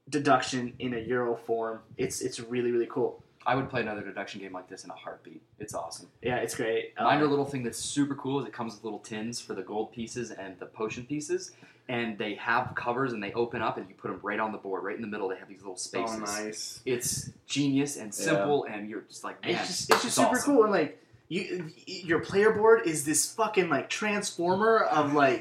deduction in a Euro form. It's it's really really cool.
I would play another deduction game like this in a heartbeat. It's awesome.
Yeah, it's great. Um,
Minor little thing that's super cool is it comes with little tins for the gold pieces and the potion pieces, and they have covers and they open up and you put them right on the board, right in the middle. They have these little spaces.
Oh, nice.
It's genius and simple, and you're just like, man,
it's just it's just
it's
super
awesome.
cool and like. You, your player board is this fucking like transformer of like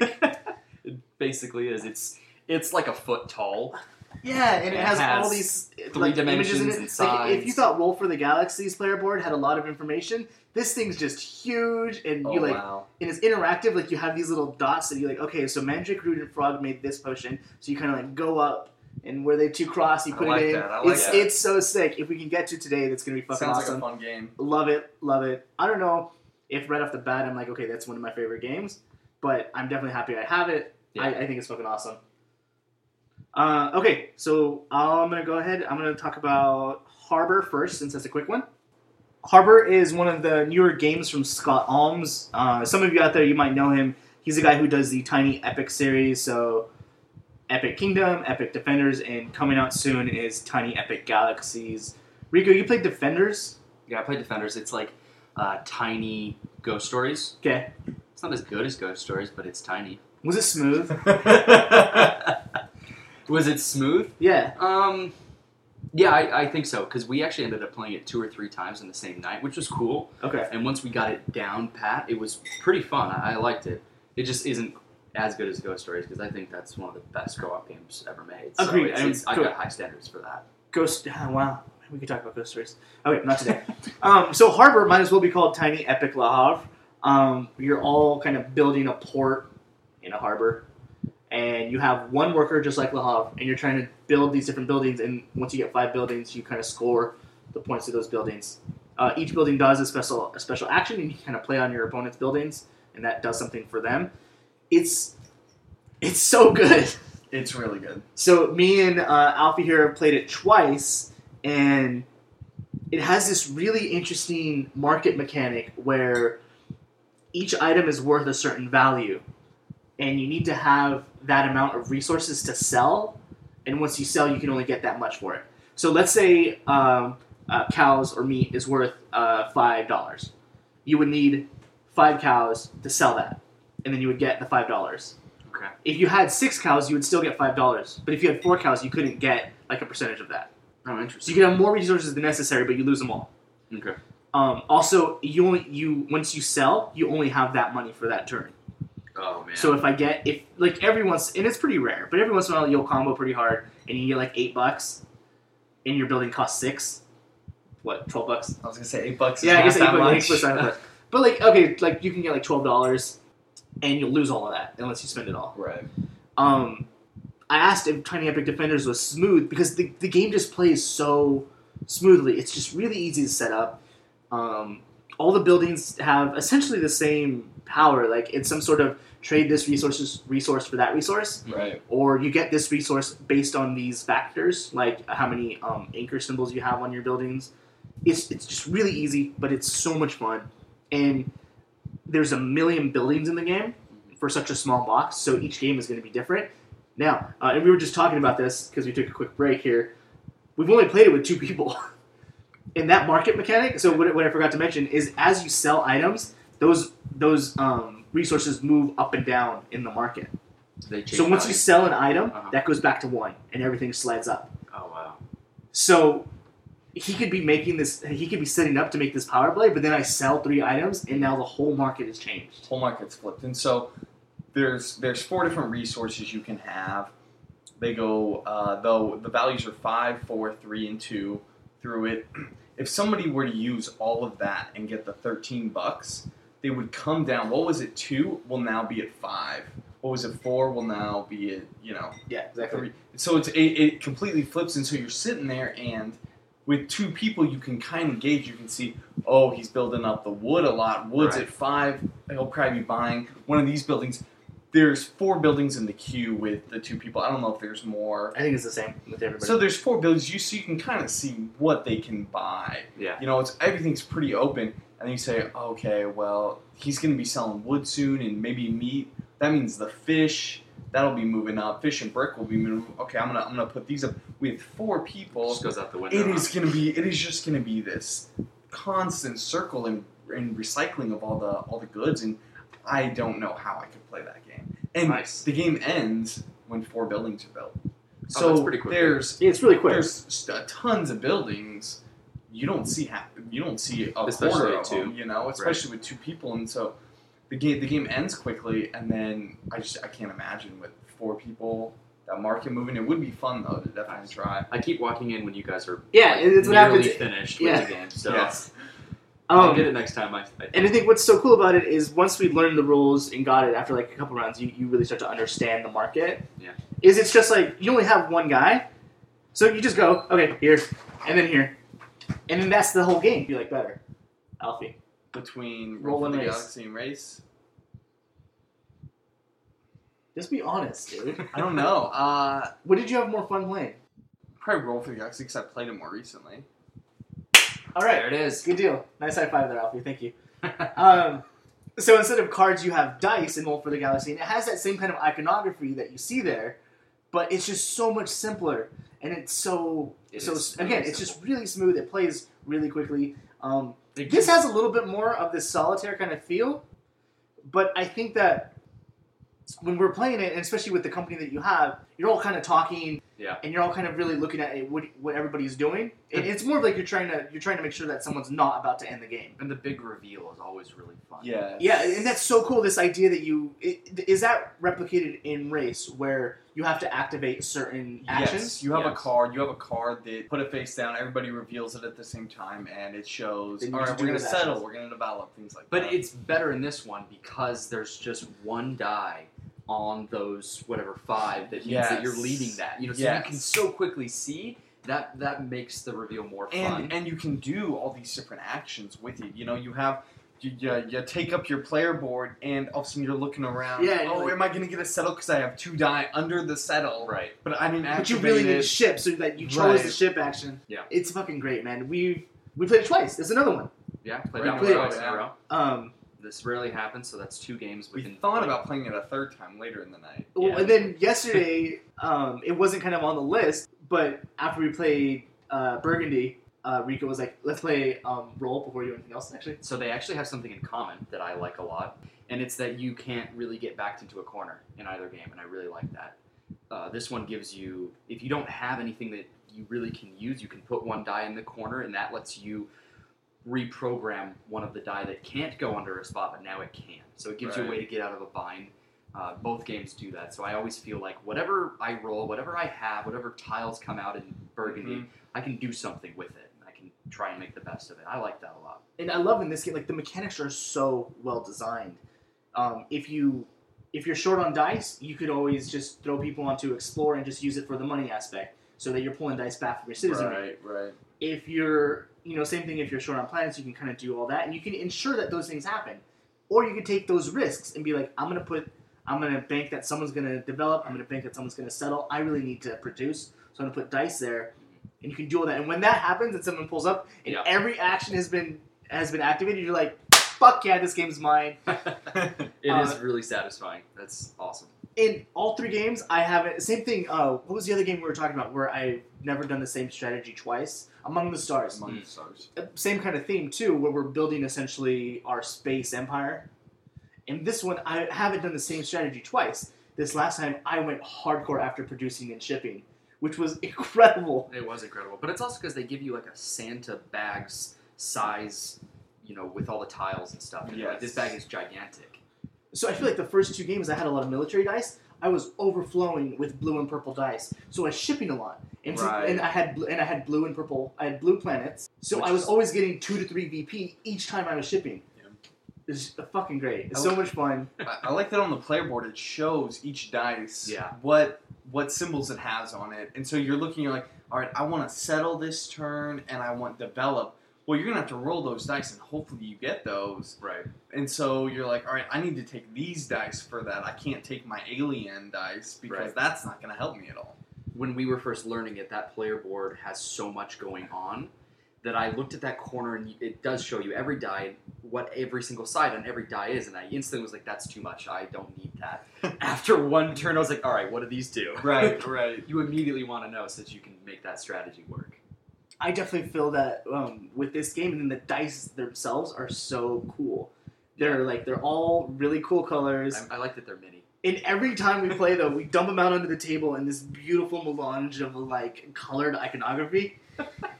it basically is. It's it's like a foot tall.
yeah, and it,
It
has, all
has
these
three
like, images in it.
dimensions and
Like, if you
sides.
thought Roll for the Galaxy's player board had a lot of information, this thing's just huge, and
Oh
you like
wow.
and it's interactive. Like you have these little dots that you like. Okay, so Mandrake Root and Frog made this potion, so you kind of like go up and where they two cross, you
I
put
like
it in.
that, I like
it's
that.
it's so sick. If we can get to today, that's gonna be fucking
Sounds
awesome.
like a fun game.
love it, love it. I don't know if right off the bat I'm like, okay, that's one of my favorite games, but I'm definitely happy I have it. I,
Yeah.
I think it's fucking awesome. Uh, okay, so I'm gonna go ahead. I'm gonna talk about Harbor first, since that's a quick one. Harbor is one of the newer games from Scott Alms. Uh, some of you out there, you might know him. He's the guy who does the Tiny Epic series, so Epic Kingdom, Epic Defenders, and coming out soon is Tiny Epic Galaxies. Rico, you played Defenders?
Yeah, I played Defenders. It's like uh, tiny ghost stories.
Okay.
It's not as good as ghost stories, but it's tiny.
Was it smooth?
Was it smooth?
Yeah.
Um, yeah, I, I think so because we actually ended up playing it two or three times in the same night, which was cool.
Okay.
And once we got it down pat, it was pretty fun. I, I liked it. It just isn't as good as Ghost Stories because I think that's one of the best co-op games ever made. So
Agreed.
it's-
I mean,
it's- I
co-
got high standards for that.
Ghost. ah, wow. We could talk about ghost stories. Okay, not today. um, so Harbor might as well be called Tiny Epic La Havre. Um, you're all kind of building a port in a harbor, and you have one worker just like La Havre, and you're trying to build these different buildings. And once you get five buildings, you kind of score the points of those buildings. Uh, each building does a special a special action, and you kind of play on your opponent's buildings, and that does something for them. It's it's so good.
It's really good.
So me and uh, Alfie here have played it twice, and it has this really interesting market mechanic where each item is worth a certain value, and you need to have that amount of resources to sell. And once you sell, you can only get that much for it. So let's say um, uh, cows or meat is worth uh, five dollars. You would need five cows to sell that, and then you would get the five dollars
Okay.
if you had six cows, you would still get five dollars. But if you had four cows, you couldn't get like a percentage of that.
Oh,
So
interesting.
you could have more resources than necessary, but you lose them all.
Okay.
Um, also, you only you once you sell, you only have that money for that turn.
Oh man.
So if I get if like every once and it's pretty rare, but every once in a while you'll combo pretty hard and you get like eight bucks, and your building costs six, what twelve bucks?
I was gonna say eight bucks.
yeah, I guess
is
eight
not
bucks. Eight bucks,
that
nine
much.
bucks. But like okay, like you can get like twelve dollars, and you'll lose all of that unless you spend it all.
Right.
um, I asked if Tiny Epic Defenders was smooth because the, the game just plays so smoothly. It's just really easy to set up. Um, all the buildings have essentially the same power. Like it's some sort of trade this resources resource for that resource,
Right.
or you get this resource based on these factors, like how many um, anchor symbols you have on your buildings. It's it's just really easy, but it's so much fun, and there's a million buildings in the game for such a small box, so each game is going to be different. Now, uh, and we were just talking about this because we took a quick break here. We've only played it with two people, and that market mechanic. So what, what I forgot to mention is, as you sell items, those those um, resources move up and down in the market.
they change
so once you
value.
sell an item,
Uh-huh.
that goes back to one, and everything slides up.
Oh wow.
So he could be making this. He could be setting up to make this power play, but then I sell three items, and now the whole market has changed.
Whole market's flipped, and so there's there's four different resources you can have. They go uh, though the values are five, four, three, and two through it. If somebody were to use all of that and get the thirteen bucks, they would come down. What was it? Two will now be at five. What was it? Four will now be at you know
Yeah,
Every- So it's it, it completely flips, and so you're sitting there, and with two people, you can kind of gauge. You can see, oh, he's building up the wood a lot. Wood's
Right.
at five. He'll probably be buying one of these buildings. There's four buildings in the queue with the two people. I don't know if there's more.
I think it's the same with everybody.
So there's four buildings. You so you can kind of see what they can buy.
Yeah.
You know, it's everything's pretty open, and then you say, okay, well, he's going to be selling wood soon, and maybe meat. That means the fish that'll be moving up. Fish and brick will be moving. Okay, I'm gonna I'm gonna put these up with four people.
just goes out the window.
It
huh?
is gonna be it is just gonna be this constant circle and and recycling of all the all the goods, and I don't know how I could play that game. And
Nice.
the game ends when four buildings are built.
Oh,
So
that's pretty quick.
there's
Yeah, it's really quick.
there's st- tons of buildings. You don't see half, you don't see a
Especially
quarter of
two.
them, you know, especially with two people, and so the game the game ends quickly, and then I just I can't imagine with four people that market moving. It would be fun though to definitely try.
I keep walking in when you guys are
Yeah,
like,
it's what
nearly
happens.
finished
Yeah.
with the game. So
yes,
I'll
Um,
get it next time. I, I
and I think what's so cool about it is once we learned the rules and got it after like a couple rounds, you, you really start to understand the market.
Yeah.
is it's just like you only have one guy, so you just go okay here, and then here, and then that's the whole game. You like better, Alfie.
between
Roll
Roll
and
and the
Race.
Galaxy and Race?
Just be honest, dude.
I don't know. Uh,
What did you have more fun playing?
probably Roll for the Galaxy because I played it more recently.
All right,
There it is.
good deal. Nice high five there, Alfie. Thank you. Um, so instead of cards, you have dice in Roll for the Galaxy, and it has that same kind of iconography that you see there, but it's just so much simpler, and it's so
It
so.
is
again,
really
it's just
simple.
really smooth. It plays really quickly. Um,
It gives-
this has a little bit more of this solitaire kind of feel, but I think that when we're playing it, and especially with the company that you have, you're all kind of talking,
Yeah.
and you're all kind of really looking at it, what, what everybody's doing. And it's more of like you're trying to you're trying to make sure that someone's not about to end the game.
and the big reveal is always really fun.
Yeah.
Yeah, and that's so cool. This idea that you i- is that replicated in race where you have to activate certain
Yes,
actions.
you have a
Yes.
card. You have a card that put it face down. Everybody reveals it at the same time, and it shows.
Then you
All
just
right,
do
we're gonna
those
settle.
actions.
We're gonna develop things like
But
that.
it's better in this one because there's just one die on those whatever five that means that you're
Yes.
leading that. You know, so
Yes.
you can so quickly see that that makes the reveal more fun.
and and you can do all these different actions with it. You know, you have you, you, you take up your player board, and all of a sudden you're looking around.
Yeah, and
Oh,
you're like-
am I gonna get a settle? Because I have two die under the settle,
right.
but I didn't
But
activate
you really need
it.
a ship so that you chose the
Right.
ship action.
Yeah.
it's fucking great, man. We we played it twice. There's another one.
Yeah, played that
Right
now,
one
right
twice in
now.
a row.
Um,
This rarely happens, so that's two games
we
within.
thought about playing it a third time later in the night.
Well,
Yeah.
and then yesterday, um, it wasn't kind of on the list, but after we played uh, Burgundy, uh, Rico was like, "Let's play um, Roll before you do anything else." Actually,
So they actually have something in common that I like a lot, and it's that you can't really get backed into a corner in either game, and I really like that. Uh, this one gives you, if you don't have anything that you really can use, you can put one die in the corner, and that lets you reprogram one of the die that can't go under a spot, but now it can. So it gives you a way to get out of a bind. Uh, both games do that. So I always feel like whatever I roll, whatever I have, whatever tiles come out in Burgundy, I can do something with it. I can try and make the best of it. I like that a lot.
and I love in this game, like the mechanics are so well designed. Um, if you if you're short on dice, you could always just throw people onto explore and just use it for the money aspect, so that you're pulling dice back from your citizenry.
Right, right.
if you're you know same thing if you're short on planets you can kind of do all that and you can ensure that those things happen or you can take those risks and be like i'm gonna put i'm gonna bank that someone's gonna develop i'm gonna bank that someone's gonna settle i really need to produce so i'm gonna put dice there and you can do all that and when that happens and someone pulls up and
Yeah.
every action has been has been activated you're like fuck yeah this game's mine
It is
Uh,
really satisfying. That's awesome.
in all three games i haven't same thing uh, what was the other game we were talking about where i've never done the same strategy twice among the stars
Among
Mm.
the stars.
same kind of theme too, where we're building essentially our space empire. And this one, I haven't done the same strategy twice. This last time, I went hardcore after producing and shipping, which was incredible.
It was incredible. But it's also because they give you like a Santa bag's size, you know, with all the tiles and stuff. And you're like, this
Yes.
bag is gigantic.
So I feel like the first two games, I had a lot of military dice. I was overflowing with blue and purple dice, so I was shipping a lot, and, so-
Right.
and I had bl- and I had blue and purple. I had blue planets, so
Which
I was
is-
always getting two to three VP each time I was shipping.
Yeah.
It's fucking great. It's
I
so
like-
much fun.
I, I like that on the player board. It shows each dice
Yeah.
what what symbols it has on it, and so you're looking. You're like, all right, I want to settle this turn, and I want develop. Well, you're gonna have to roll those dice, and hopefully you get those.
Right.
And so you're like, all right, I need to take these dice for that. I can't take my alien dice because
Right.
that's not gonna help me at all.
When we were first learning it, that player board has so much going on that I looked at that corner and it does show you every die, what every single side on every die is. And I instantly was like, that's too much. I don't need that. After one turn, I was like, all right, what do these do?
right.
you immediately want to know so that you can make that strategy work.
I definitely feel that um, with this game, and then the dice themselves are so cool. They're like they're all really cool colors.
I, I like that they're mini.
And every time we play, though, we dump them out under the table in this beautiful melange of like colored iconography,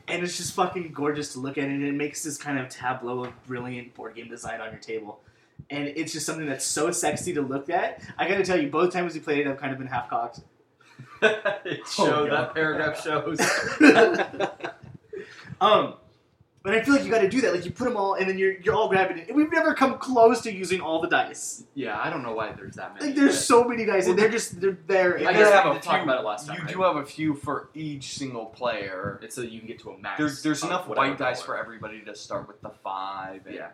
and it's just fucking gorgeous to look at. And it makes this kind of tableau of brilliant board game design on your table. And it's just something that's so sexy to look at. I gotta tell you, both times we played it, I've kind of been half cocked.
it
Oh, God.
paragraph shows.
um, And I feel like you got to do that. Like you put them all, and then you're you're all grabbing it. And we've never come close to using all the dice.
Yeah, I don't know why there's that many.
Like there's
but-
so many dice, and they're just they're there.
I
and
You
guess
they're-
we did talk about it last time,
You
right?
do have a few for each single player.
It's so you can get to a max.
There's there's
of
enough
whatever
white dice for
color.
everybody to start with the five. And
Yeah.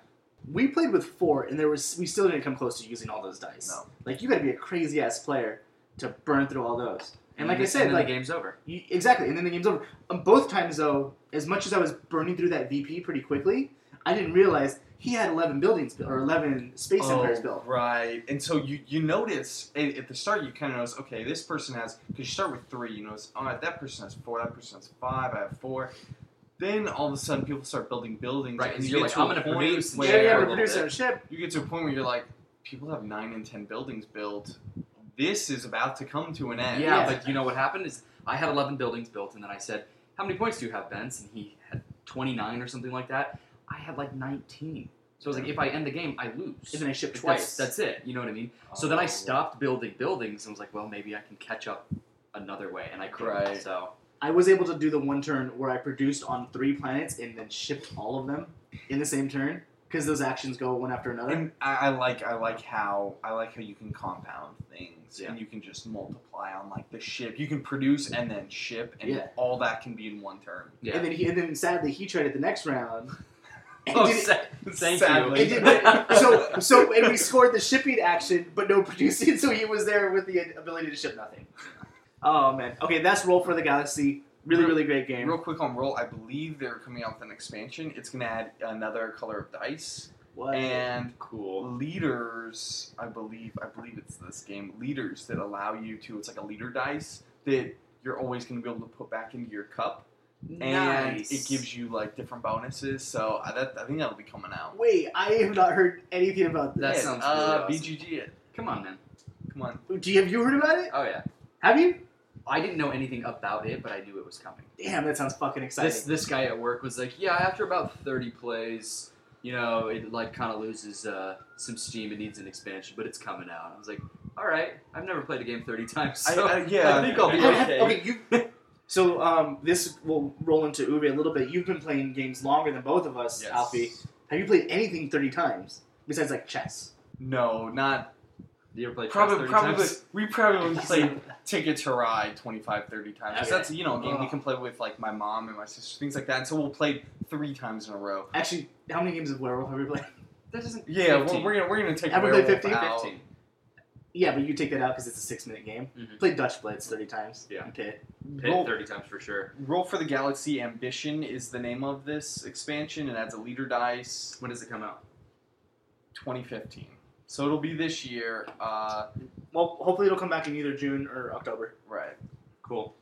we played with four, and there was we still didn't come close to using all those dice.
No.
Like you got to be a crazy ass player to burn through all those. And like
then-
I said,
then
like
the game's over.
You, exactly, and then the game's over. Um, both times though, as much as I was burning through that VP pretty quickly, I didn't realize he had eleven buildings built or eleven space empires
Oh,
built.
right. And so you you notice at, at the start you kind of notice okay this person has because you start with three you notice all right that person has four that person has five I have four. Then all of a sudden people start building buildings
Right,
and
'cause
you
you're
get
like,
to
I'm
a
gonna
point
produce and
Yeah,
where
share
yeah,
a
we're
little
producing
bit.
our ship.
you get to a point where you're like people have nine and ten buildings built. This is about to come to an
Yeah,
end.
Yeah.
but you know what happened is I had 11 buildings built, and then I said, "How many points do you have, Benz?" And he had 29 or something like that. I had like 19. So I was like, if I end the game, I lose.
And then I shipped
Like,
twice.
That's, that's it. You know what I mean? So then I
Oh.
stopped building buildings and was like, well, maybe I can catch up another way, and I couldn't.
Right.
So
I was able to do the one turn where I produced on three planets and then shipped all of them in the same turn because those actions go one after another.
And I, I like I like how I like how you can compound things
Yeah.
and you can just multiply on like the ship. You can produce and then ship and
Yeah.
all that can be in one turn.
yeah.
And then he, and then sadly he tried it the next round. And
oh,
did it-
sa- thank
Sadly.
you.
It did- so so and we scored the shipping action but no producing so he was there with the ability to ship nothing oh man okay that's roll for the galaxy really really great game
Real quick on roll, I believe they're coming out with an expansion. It's gonna add another color of dice
what
and
cool.
leaders. I believe I believe it's this game leaders that allow you to. It's like a leader dice that you're always gonna be able to put back into your cup, and
nice.
it gives you like different bonuses. So I, that, I think that'll be coming out.
wait i have not heard anything about this
That
Yeah,
sounds
uh,
really
BGG it.
Come on, man.
Come on.
do you have you heard about it
Oh yeah.
have you
I didn't know anything about it, but I knew it was coming.
damn that sounds fucking exciting
This this guy at work was like, yeah, after about 30 plays, you know, it like kind of loses uh, some steam. It needs an expansion, but it's coming out. I was like, all right. I've never played a game 30 times, so
I, I, yeah,
I think I'll be
Have- have-
okay.
okay you so um, this will roll into Uwe a little bit you've been playing games longer than both of us
Yes.
alfie have you played anything 30 times besides like chess
No, not
You ever played
probably.
Chess 30
Probably
times?
we probably played Ticket to Ride 25, 30 times. 'Cause
Okay.
That's you know a game we
Ugh.
can play with like my mom and my sister, things like that. And so we'll play three times in a row.
actually how many games of werewolf have you played
That doesn't.
Yeah, we're,
15.
we're gonna we're gonna take.
Haven't played
Werewolf
15?
out.
15.
Yeah, but you take that out because it's a six minute game.
Mhm.
Play Dutch Blitz 30 times.
Yeah.
And Pit.
Pit
Roll,
30 times for sure.
Roll for the Galaxy Ambition is the name of this expansion, and adds a leader dice.
When does it come out?
2015. So it'll be this year. Uh,
Well, hopefully it'll come back in either June or October.
right.
Cool.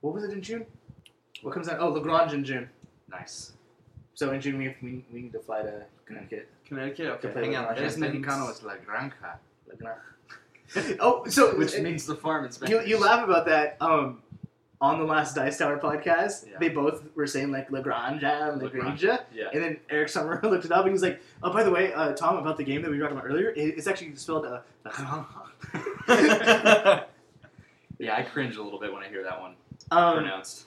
What was it in June? What comes out? Oh, Lagrange in June.
Nice.
So in June, we, we, we need to fly to Connecticut.
Connecticut. Okay,
play
hang
with
on.
Russians.
Hamptons.
La Granja,
Lagrange. oh, so
which means the farm in Spanish.
you, you laugh about that. Um, on the last Dice Tower podcast,
Yeah.
they both were saying like Lagrange and Lagrange.
Yeah.
And then Eric Summer looked it up and he's like, oh, by the way, uh, Tom, about the game that we talked about earlier, it, it's actually spelled uh, Lagrange.
Yeah, I cringe a little bit when I hear that one
um,
pronounced.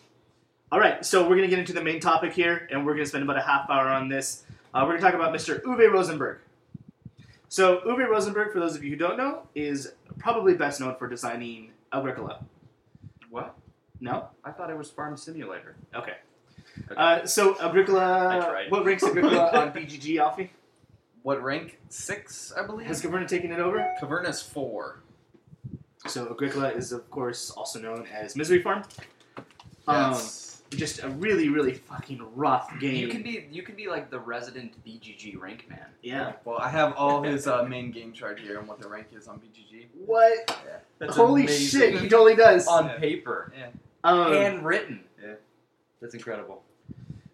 All right, so we're going to get into the main topic here, and we're going to spend about a half hour on this. Uh, we're going to talk about Mr. Uwe Rosenberg. So, Uwe Rosenberg, for those of you who don't know, is probably best known for designing Agricola.
What?
No?
I thought it was Farm Simulator.
Okay.
Okay.
Uh, so, Agricola.
I tried.
What ranks Agricola on BGG, Alfie?
What rank? Six, I believe.
Has Caverna taken it over?
Caverna's four.
So, Agricola is, of course, also known as Misery Farm.
Yes.
Um, just a really, really fucking rough game.
you can be you can be like the resident BGG rank man.
yeah.
Well, I have all his uh, main games right here and what the rank is on BGG.
What? Holy shit, he totally does.
On
Yeah.
paper,
Um,
handwritten.
Yeah.
that's incredible.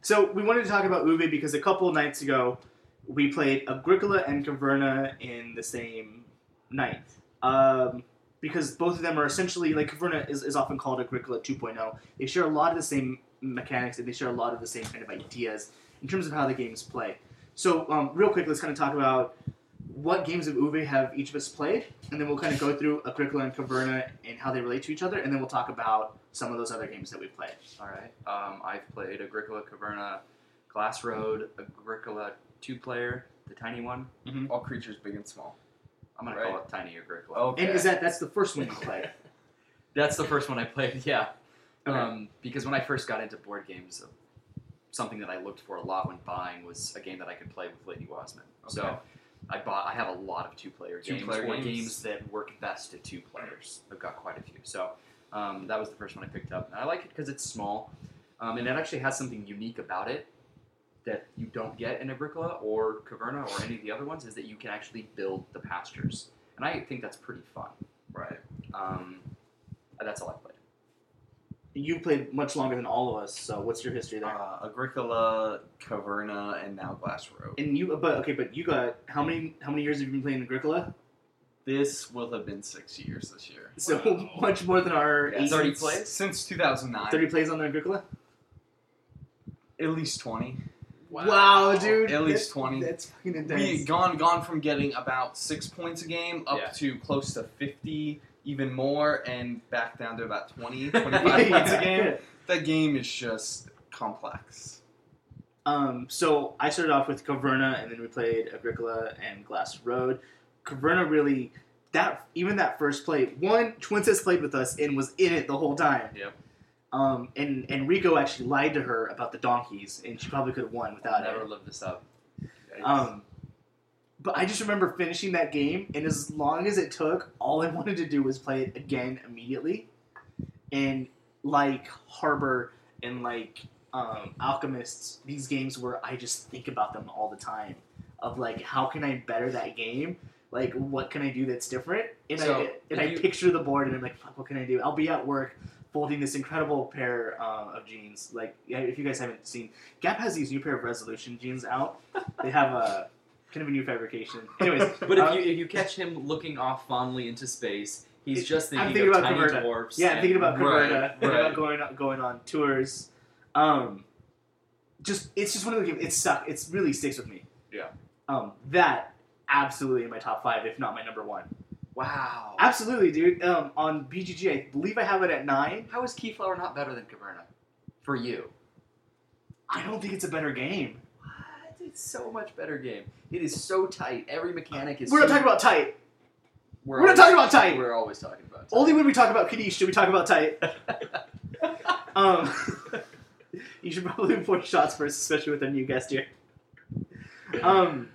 So we wanted to talk about Uwe because a couple nights ago we played Agricola and Caverna in the same night. Um, because both of them are essentially like Caverna is, is often called Agricola 2.0. They share a lot of the same mechanics and they share a lot of the same kind of ideas in terms of how the games play. So um, real quick, let's kind of talk about what games of Uwe have each of us played, and then we'll kind of go through Agricola and Caverna and how they relate to each other, and then we'll talk about some of those other games that we played.
All right, um, I've played Agricola, Caverna, Glass Road, Agricola two player, the tiny one.
Mm-hmm.
All creatures big and small.
I'm gonna call
Right.
it Tiny Agricola.
Okay.
And is that that's the first one you play?
That's the first one I played, yeah.
Okay.
Um, because when I first got into board games, uh, something that I looked for a lot when buying was a game that I could play with Lady Wasman. So
Okay.
I bought. I have a lot of two-player games
Two-player
or
games.
that work best to two players. I've got quite a few. So um, that was the first one I picked up, and I like it because it's small, um, and it actually has something unique about it that you don't get in Agricola or Caverna or any of the other ones is that you can actually build the pastures, and I think that's pretty fun.
right.
Um, that's all I played.
You played much longer than all of us, so what's your history there?
Uh, Agricola, Caverna, and now Glass Road.
and you, but okay, but you got how many how many years have you been playing Agricola?
This will have been six years this year.
So much more than our
Yeah,
30
since- since 2009.
Thirty plays on the Agricola.
At least 20.
dude,
At least 20.
That's fucking
We gone gone from getting about six points a game up
Yeah.
to close to 50, even more, and back down to about 20, 25 points a game. That game is just complex.
Um, so I started off with Caverna, and then we played Agricola and Glass Road. Caverna really that even that first play. One Twinsis played with us and was in it the whole time.
Yep.
Um, and and Rico actually lied to her about the donkeys, and she probably could have won without
never
it.
lived this up.
Um, but I just remember finishing that game, and as long as it took, all I wanted to do was play it again immediately, and like Harbor and like um, Alchemists, these games where I just think about them all the time, of like how can I better that game. Like what can I do that's different? And I
So,
and
if
I
you-
picture the board and I'm like, fuck, what can I do? I'll be at work folding this incredible pair uh, of jeans. Like yeah, if you guys haven't seen, Gap has these new pair of resolution jeans out. They have a kind of a new fabrication. Anyways,
but
uh,
if you if you catch him looking off fondly into space, he's
It-
just thinking,
I'm thinking
of
about
tiny
Caverna.
dwarfs.
yeah, I'm
and-
thinking about
Right,
Cabrera, thinking
right.
about going on, going on tours. Um, just it's just one of the games. It stuck. It's really sticks with me.
Yeah.
Um, that absolutely in my top five, if not my number one.
wow.
Absolutely, dude. Um, on BGG, I believe I have it at nine.
How is Keyflower not better than Caverna for you?
I don't think it's a better game.
What? It's so much better game. It is so tight. Every mechanic is.
We're not
so-
talking about tight.
We're,
We're, not
always-
talking about tight. Oh.
We're always talking about.
Only when we talk about Kadish do we talk about tight. Um, you should probably avoid shots first, especially with our new guest here. Um,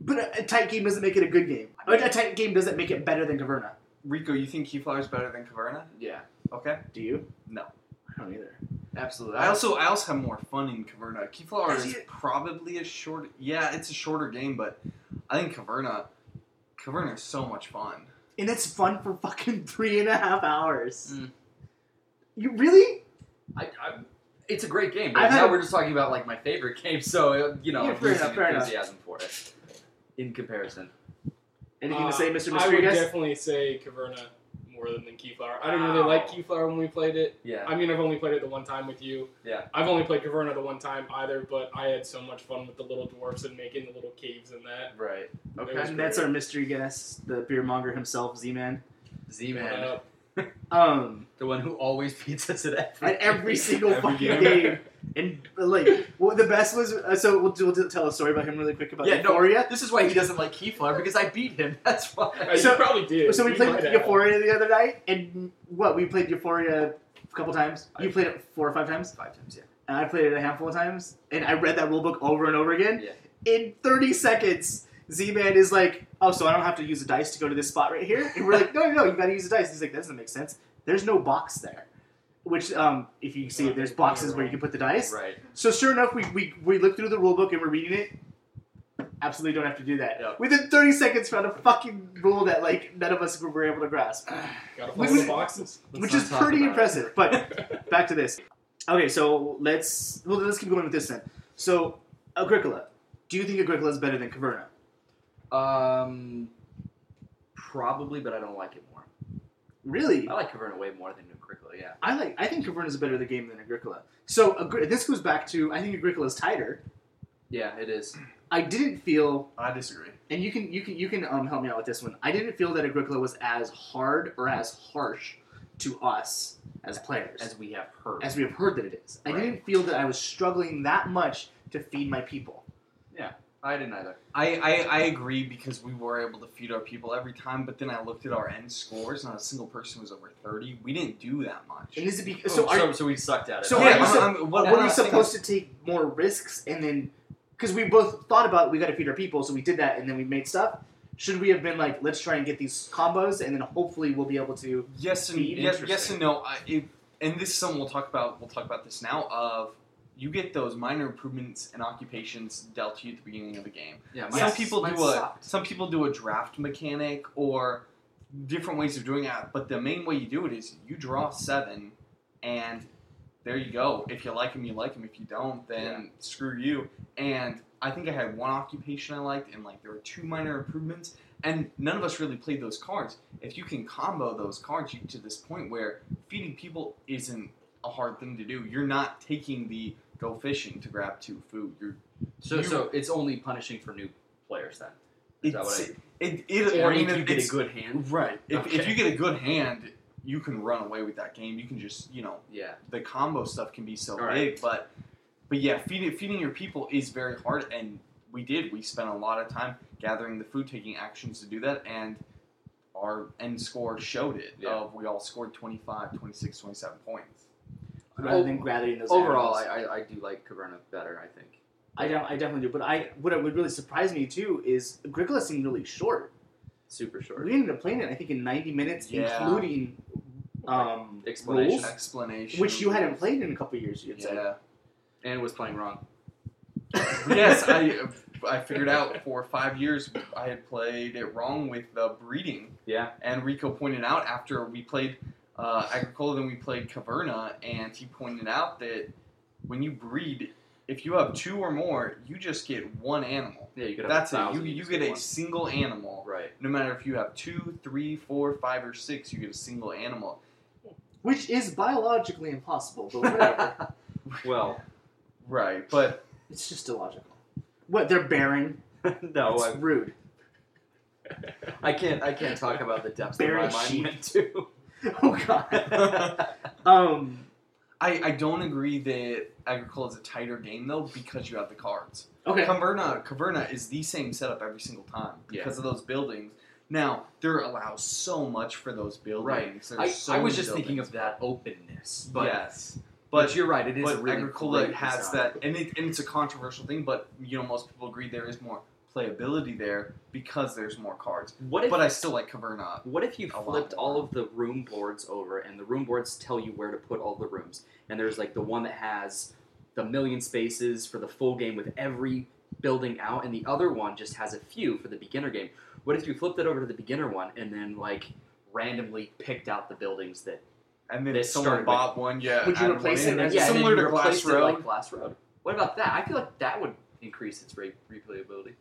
but a, a tight game doesn't make it a good game. Or a tight game doesn't make it better than Caverna.
Rico, you think Keyflower is better than Caverna?
yeah,
Okay.
Do you?
No.
I don't either.
absolutely.
I also I also have more fun in Caverna. Keyflower
Does
is
it?
probably a short. Yeah, it's a shorter game, but I think Caverna, Caverna is so much fun.
And it's fun for fucking three and a half hours.
Mm.
You really?
I, I, it's a great game. But
I've
now
had-
we're just talking about like my favorite game, so uh, you know,
Yeah,
I'm
fair
losing
enough, fair enough.
enthusiasm for it. In comparison,
Anything
Uh,
to say, Mr.
I would
Rodriguez?
definitely say Caverna more than, than Keyflower. I didn't really like
Wow.
Keyflower when we played it.
yeah,
I mean, I've only played it the one time with you.
Yeah.
I've only played Caverna the one time either, but I had so much fun with the little dwarfs and making the little caves and that.
right.
was
Okay,
And that's our mystery guest, the beer monger himself, Z-Man.
Z-Man.
Uh,
Um,
The one who always beats us at every,
at every single
Every
fucking
game.
game. And like, well, the best was uh, so we'll, we'll tell a story about him really quick about
Yeah, no.
Euphoria.
This is why he doesn't like Keyflower because I beat him. That's
uh,
why.
So-
you probably did.
So we
You
played
might have.
Euphoria the other night, and what we played Euphoria a couple times. You played it four or five times,
Five times, yeah.
and I played it a handful of times. And I read that rule book over and over again.
Yeah.
In thirty seconds, Z Man is like, "Oh, so I don't have to use a dice to go to this spot right here?" And we're like, "No, no, no, you got to use a dice." He's like, "That doesn't make sense. There's no box there." Which, um, if you see it, there's boxes where you can put the dice.
Right.
So sure enough, we, we, we look through the rule book and we're reading it. Absolutely don't have to do that.
Yep.
Within 30 seconds, found a fucking rule that like none of us were able to grasp,
Gotta
We-
follow the boxes.
which is pretty impressive. But back to this. Okay, so let's well let's keep going with this then. So Agricola, do you think Agricola is better than Caverna?
Um, probably, but I don't like it more.
Really,
I like Caverna way more than Agricola. Yeah.
I like I think Caverna is a better the game than Agricola. So Agri- this goes back to I think Agricola is tighter.
Yeah, it is.
I didn't feel
I disagree.
and you can you can you can um, help me out with this one. I didn't feel that Agricola was as hard or as harsh to us as players as,
As we have heard.
we have heard that it is. I
Right.
didn't feel that I was struggling that much to feed my people.
I didn't either.
I, I, I agree because we were able to feed our people every time, but then I looked at our end scores. Not a single person was over 30. We didn't do that much.
And is it because so are
Oh, so, so we sucked at it.
So
yeah,
are you
I'm-
sup-
I'm-
But
what, what
were
I'm
we
saying
supposed
is-
to take more risks and then because we both thought about we got to feed our people, so we did that and then we made stuff. Should we have been like, let's try and get these combos and then hopefully we'll be able to?
Yes and
Be
yes, yes
interesting.
and no. I, it, and this is something we'll talk about. We'll talk about this now. Of you get those minor improvements and occupations dealt to you at the beginning of the game.
yeah,
Some
mine-
people
mine
do a
sucked.
some people do a draft mechanic or different ways of doing it. But the main way you do it is you draw seven, and there you go. If you like them, you like them. If you don't, then screw you. And I think I had one occupation I liked, and like there were two minor improvements, and none of us really played those cards. If you can combo those cards, you get to this point where feeding people isn't a hard thing to do. You're not taking the go fishing to grab two food. You're
So
you-
so it's only punishing for new players then. Is that
it's
what
it, it,
I,
I
or
mean,
if you get
it's-
a good hand?
Right. If, if
Okay.
you get a good hand, you can run away with that game. You can just, you know,
Yeah.
the combo stuff can be so
All right.
big, but but yeah, feeding feeding your people is very hard and we did. We spent a lot of time gathering the food, taking actions to do that and our end score showed it.
Yeah.
Of we all scored 25, 26, 27 points.
Rather than gathering those
Overall,
animals.
I, I, I do like Caverna better. I think.
I, don't- I definitely do. But I what it would really surprise me too is Agricola seemed really short.
Super short.
We ended up playing it I think in ninety minutes,
Yeah.
including um,
Explanation.
rules,
Explanation.
which you hadn't played in a couple years. You had said.
Yeah.
And it was playing wrong.
yes, I I figured out for five years I had played it wrong with the breeding.
Yeah.
And Rico pointed out after we played uh, Agricola, then we played Caverna, and he pointed out that when you breed, if you have two or more, you just get one animal.
Yeah, you could have.
That's
a
it. You,
thousand,
you
just
get a
one.
single animal.
right.
No matter if you have two, three, four, five, or six, you get a single animal.
which is biologically impossible, but whatever.
Well,
Right, but
it's just illogical. What they're bearing?
no,
it's
I,
rude.
I can't. I can't talk about the depths that
Bury
my
a
mind
sheep.
went to.
Oh god.
I,
um.
I don't agree that Agricola is a tighter game though because you have the cards.
Okay.
Caverna, Caverna is the same setup every single time because of those buildings. Now there allows so much for those buildings. There's
I,
so
I was
many
just thinking
buildings.
of that openness, but
yes,
but,
but
you're right. It is
but
a really
Agricola
great
has
design.
that, and, it, and it's a controversial thing. But you know, most people agree there is more playability there because there's more cards.
What if
But I still like Caverna.
What if you
a lot
flipped
more.
all of the room boards over and the room boards tell you where to put all the rooms? And there's like the one that has the million spaces for the full game with every building out, and the other one just has a few for the beginner game. What if you flipped it over to the beginner one and then like randomly picked out the buildings that
And then
They
if someone
started
bought one, yeah.
Would you
add
replace
one
it
in,
as-
and
yeah, and then
similar
you
to Glass
replaced it
Road?
like Glass Road. What about that? I feel like that would increase its re- replayability.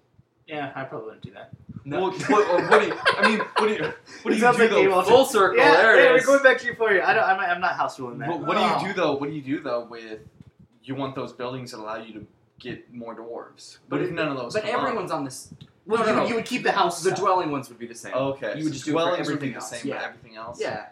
Yeah, I probably wouldn't do that.
Well, what, or what do you, I mean, what do you, what do
It
you
sounds
do
like
though?
Game of
Full circle.
yeah,
there
yeah,
it
we're
is.
going back to Euphoria. I don't. I'm, not, I'm not house ruling that.
What, what do
Oh.
you do though? What do you do though with you want those buildings that allow you to get more dwarves? But
But
if
it-
none of those,
But
Oh, come up?
everyone's on this.
Well,
No,
you,
no, no.
you would keep the house.
The dwelling ones would be the same.
Oh, okay,
You would
so
just do it for
dwellings would be
everything
the
else,
same,
yeah.
but everything else.
Yeah.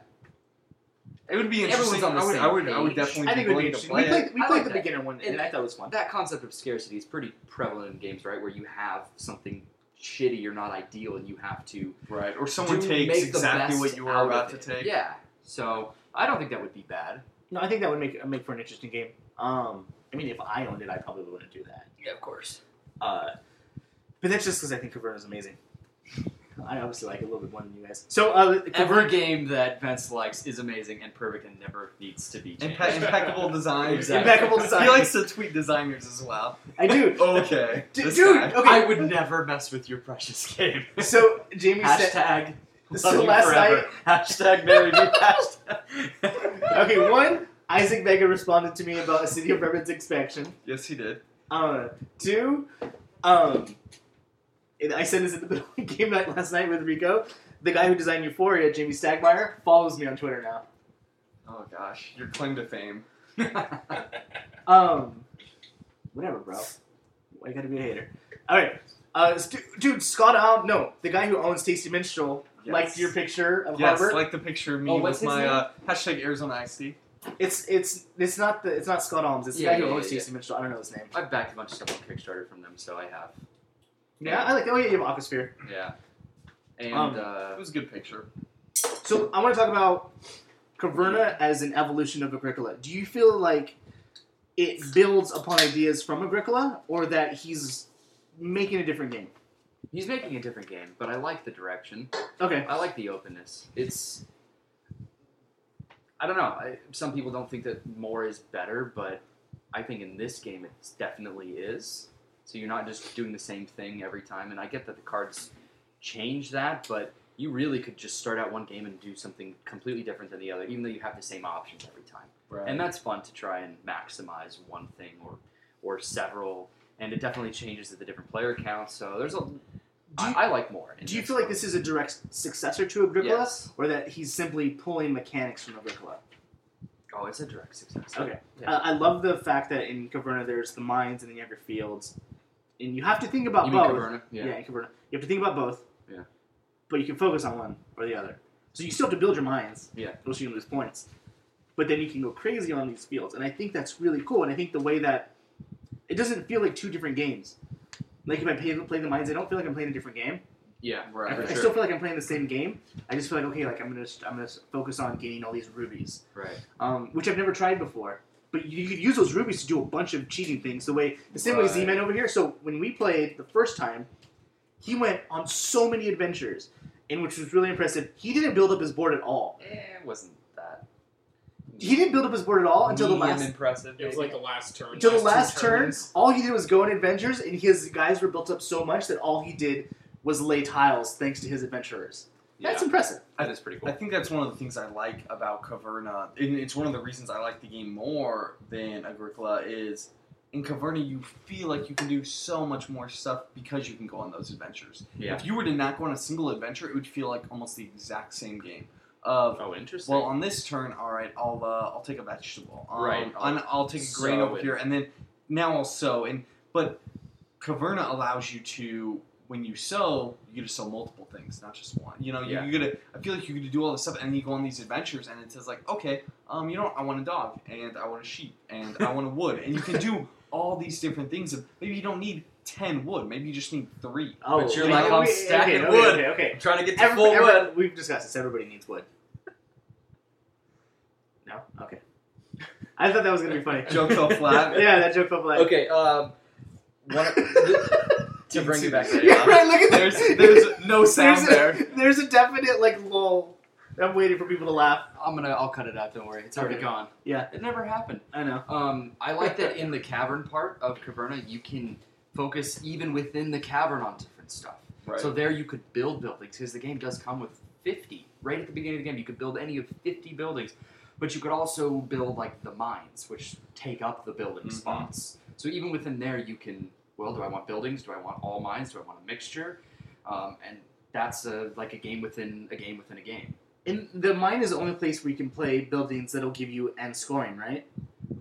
it would be
Everyone's
interesting.
on the
I would,
same
I would, I would
page.
definitely.
I think it would be
willing to
interesting.
play
We played, we
I
played
like
the
that.
beginner one, and,
And-
I thought it was fun.
That concept of scarcity is pretty prevalent in games, right? Where you have something shitty or not ideal, and you have to
it. right, or someone
do-
takes
make the
exactly
best
what you were
out of
about to
it.
take.
Yeah. So I don't think that would be bad.
No, I think that would make make for an interesting game. Um, I mean, if I owned it, I probably wouldn't do that.
Yeah, of course.
Uh, but that's just because I think Caverna is amazing. I obviously like it a little bit more than you guys. So, uh,
Every
Caverna,
game that Vince likes is amazing and perfect and never needs to be changed.
Impe- impeccable design.
Exactly.
Impeccable
He
design.
likes to tweet designers as well.
I do.
Okay,
D-
this
dude,
guy.
okay.
I would never mess with your precious game.
So Jamie said,
Hashtag
So
love you
last
forever. Hashtag marry me. Hashtag.
okay, one, Isaac Vega responded to me about a City of Rebels expansion.
Yes, he did.
Uh, two, um, and I said this at the middle of game night last night with Rico. The guy who designed Euphoria, Jamie Stagmeyer, follows me on Twitter now.
Oh gosh, your claim to fame.
Um, whatever, bro. Why you gotta be a hater? All right, uh, stu- dude, Scott Alm, no, the guy who owns Tasty Minstrel,
Yes.
liked your picture of
Yes,
Harvard.
like the picture of me
Oh, what's
with
his
my
name?
uh, hashtag Arizona Ice Tea.
It's it's it's not the it's not Scott Alms. It's
Yeah,
the guy
yeah,
who owns
yeah,
TC Mitchell. I don't know his name.
I've backed a bunch of stuff on Kickstarter from them, so I have.
Yeah, I like. Oh yeah, you have Office Fear.
Yeah. And
Um,
uh,
It was a good picture.
So I want to talk about Caverna as an evolution of Agricola. Do you feel like it builds upon ideas from Agricola, or that he's making a different game?
he's making a different game, but I like the direction.
Okay.
I like the openness. It's I don't know. I, some people don't think that more is better, but I think in this game it definitely is. So you're not just doing the same thing every time. And I get that the cards change that, but you really could just start out one game and do something completely different than the other, even though you have the same options every time.
Right.
And that's fun to try and maximize one thing or or several. And it definitely changes the different player counts. So there's a
Do you,
I- I like more. in
do you
this
feel like
one.
this is a direct successor to Agricola,
Yes.
or that he's simply pulling mechanics from Agricola?
Oh, it's a direct success.
Okay.
Yeah.
Uh, I love the fact that in Caverna there's the mines and then you have your fields, and you have to think about
You mean
both.
Caverna?
Oh, Yeah.
Yeah.
in Caverna, you have to think about both.
Yeah.
But you can focus on one or the other. So you still have to build your mines.
Yeah.
Or else you can lose points. But then you can go crazy on these fields, and I think that's really cool. And I think the way that it doesn't feel like two different games. Like if I play, play the mines, I don't feel like I'm playing a different game.
Yeah.
Right.
I,
for
I
sure.
still feel like I'm playing the same game. I just feel like okay, like I'm gonna I'm gonna focus on gaining all these rubies
Right.
um, which I've never tried before. But you, you could use those rubies to do a bunch of cheating things. The way the same way
Right.
Z Man over here. So when we played the first time, he went on so many adventures, and which was really impressive. He didn't build up his board at all.
Eh, it wasn't that.
He didn't build up his board at all until the
Medium
last
impressive.
It was like the last turn.
until the
two
last turn.
turns.
All he did was go on adventures, and his guys were built up so much that all he did was lay tiles thanks to his adventurers. That's
yeah.
impressive.
that is pretty
I
cool.
think that's one of the things I like about Caverna, and it's one of the reasons I like the game more than Agricola is. In Caverna, you feel like you can do so much more stuff because you can go on those adventures.
Yeah.
If you were to not go on a single adventure, it would feel like almost the exact same game. Of
Oh, interesting.
well, on this turn, all right, I'll uh, I'll take a vegetable. Um,
Right.
I'll, I'll take a grain
Sow
over
it.
here, and then now I'll sow. And but Caverna allows you to when you sow, you get to sow multiple things, not just one. You know, you,
Yeah.
you get to. I feel like you get to do all this stuff, and then you go on these adventures, and it says like, okay, um, you know, what? I want a dog, and I want a sheep, and I want a wood, and you can do all these different things. And maybe you don't need ten wood, maybe you just need three.
Oh,
But you're
we-
like,
we-
I'm
okay,
stacking
okay,
wood.
Okay, okay.
I'm trying to get to
Every-
full
every-
wood.
We've discussed this. Everybody needs wood. No. Okay. I thought that was gonna be funny.
Joke fell flat.
yeah, that joke felt like.
Okay. Um. One, to
Didn't
bring
see
it back
this.
to
yeah,
AI.
right. Look at
There's
that.
there's no sound
there's
there.
A, there's a definite like lull. I'm waiting for people to laugh.
I'm gonna. I'll cut it out. Don't worry. It's already
Okay.
gone.
Yeah.
It never happened.
I know.
Um. I like that in the cavern part of Caverna, you can focus even within the cavern on different stuff. So there you could build buildings because the game does come with 50. Right at the beginning of the game, you could build any of 50 buildings, but you could also build like the mines, which take up the building
Mm-hmm.
Mhm.
spots. So even within there, you can well, do I want buildings? Do I want all mines? Do I want a mixture? Um, and that's a, like a game within a game within a game.
And the mine is the only place where you can play buildings that'll give you end scoring, right?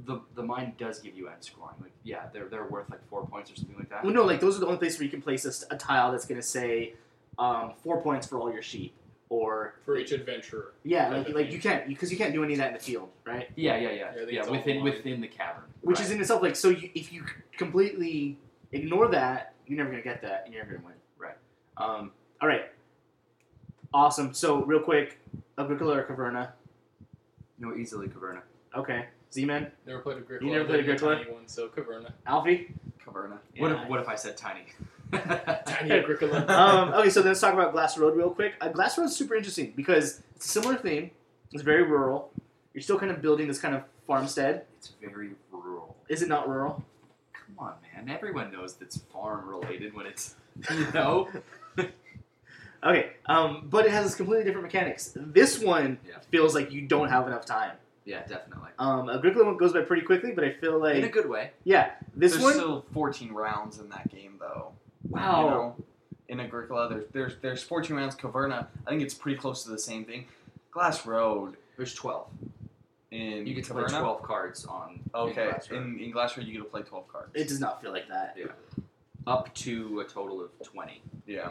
The the mine does give you end scoring. Like yeah, they're they're worth like four points or something like that.
Well, no, like those are the only places where you can place a, s- a tile that's gonna say um, four points for all your sheep, or
for each adventurer.
yeah,
Type
like
of
like
thing.
you can't because you can't do any of that in the field, right?
Yeah, yeah, yeah,
Yeah, I think
yeah.
it's all
Within
mine.
within the cavern,
which
right.
is in itself like so you, if you completely ignore that you're never going to get that and you're never going to win
Right.
um, all right awesome so real quick agricola or caverna
no easily caverna.
okay z-man
Never played a Agricola.
You never played
didn't get
Agricola?
Tiny one, so Caverna.
alfie
Caverna.
What
Yeah.
if what if I said tiny?
Tiny Agricola.
um, okay so then let's talk about glass road real quick uh, glass road's super interesting because it's a similar theme it's very rural you're still kind of building this kind of farmstead
It's very rural.
is it not rural
Come on, man. Everyone knows that's farm related when it's, you know?
okay um, but it has completely different mechanics this one
Yeah.
feels like you don't have enough time
yeah, definitely.
um, agricola one goes by pretty quickly but i feel like
In a good way.
Yeah, this
there's
one.
still 14 rounds in that game, though.
Wow.
You know, in Agricola, there's there's there's 14 rounds. Caverna, I think it's pretty close to the same thing. Glass Road
There's 12.
in
You get to play
Caverna.
12 cards on
Okay,
in Glass Road.
in, in Glass Road, you get to play 12 cards.
it does not feel like that.
up to a total of 20.
yeah.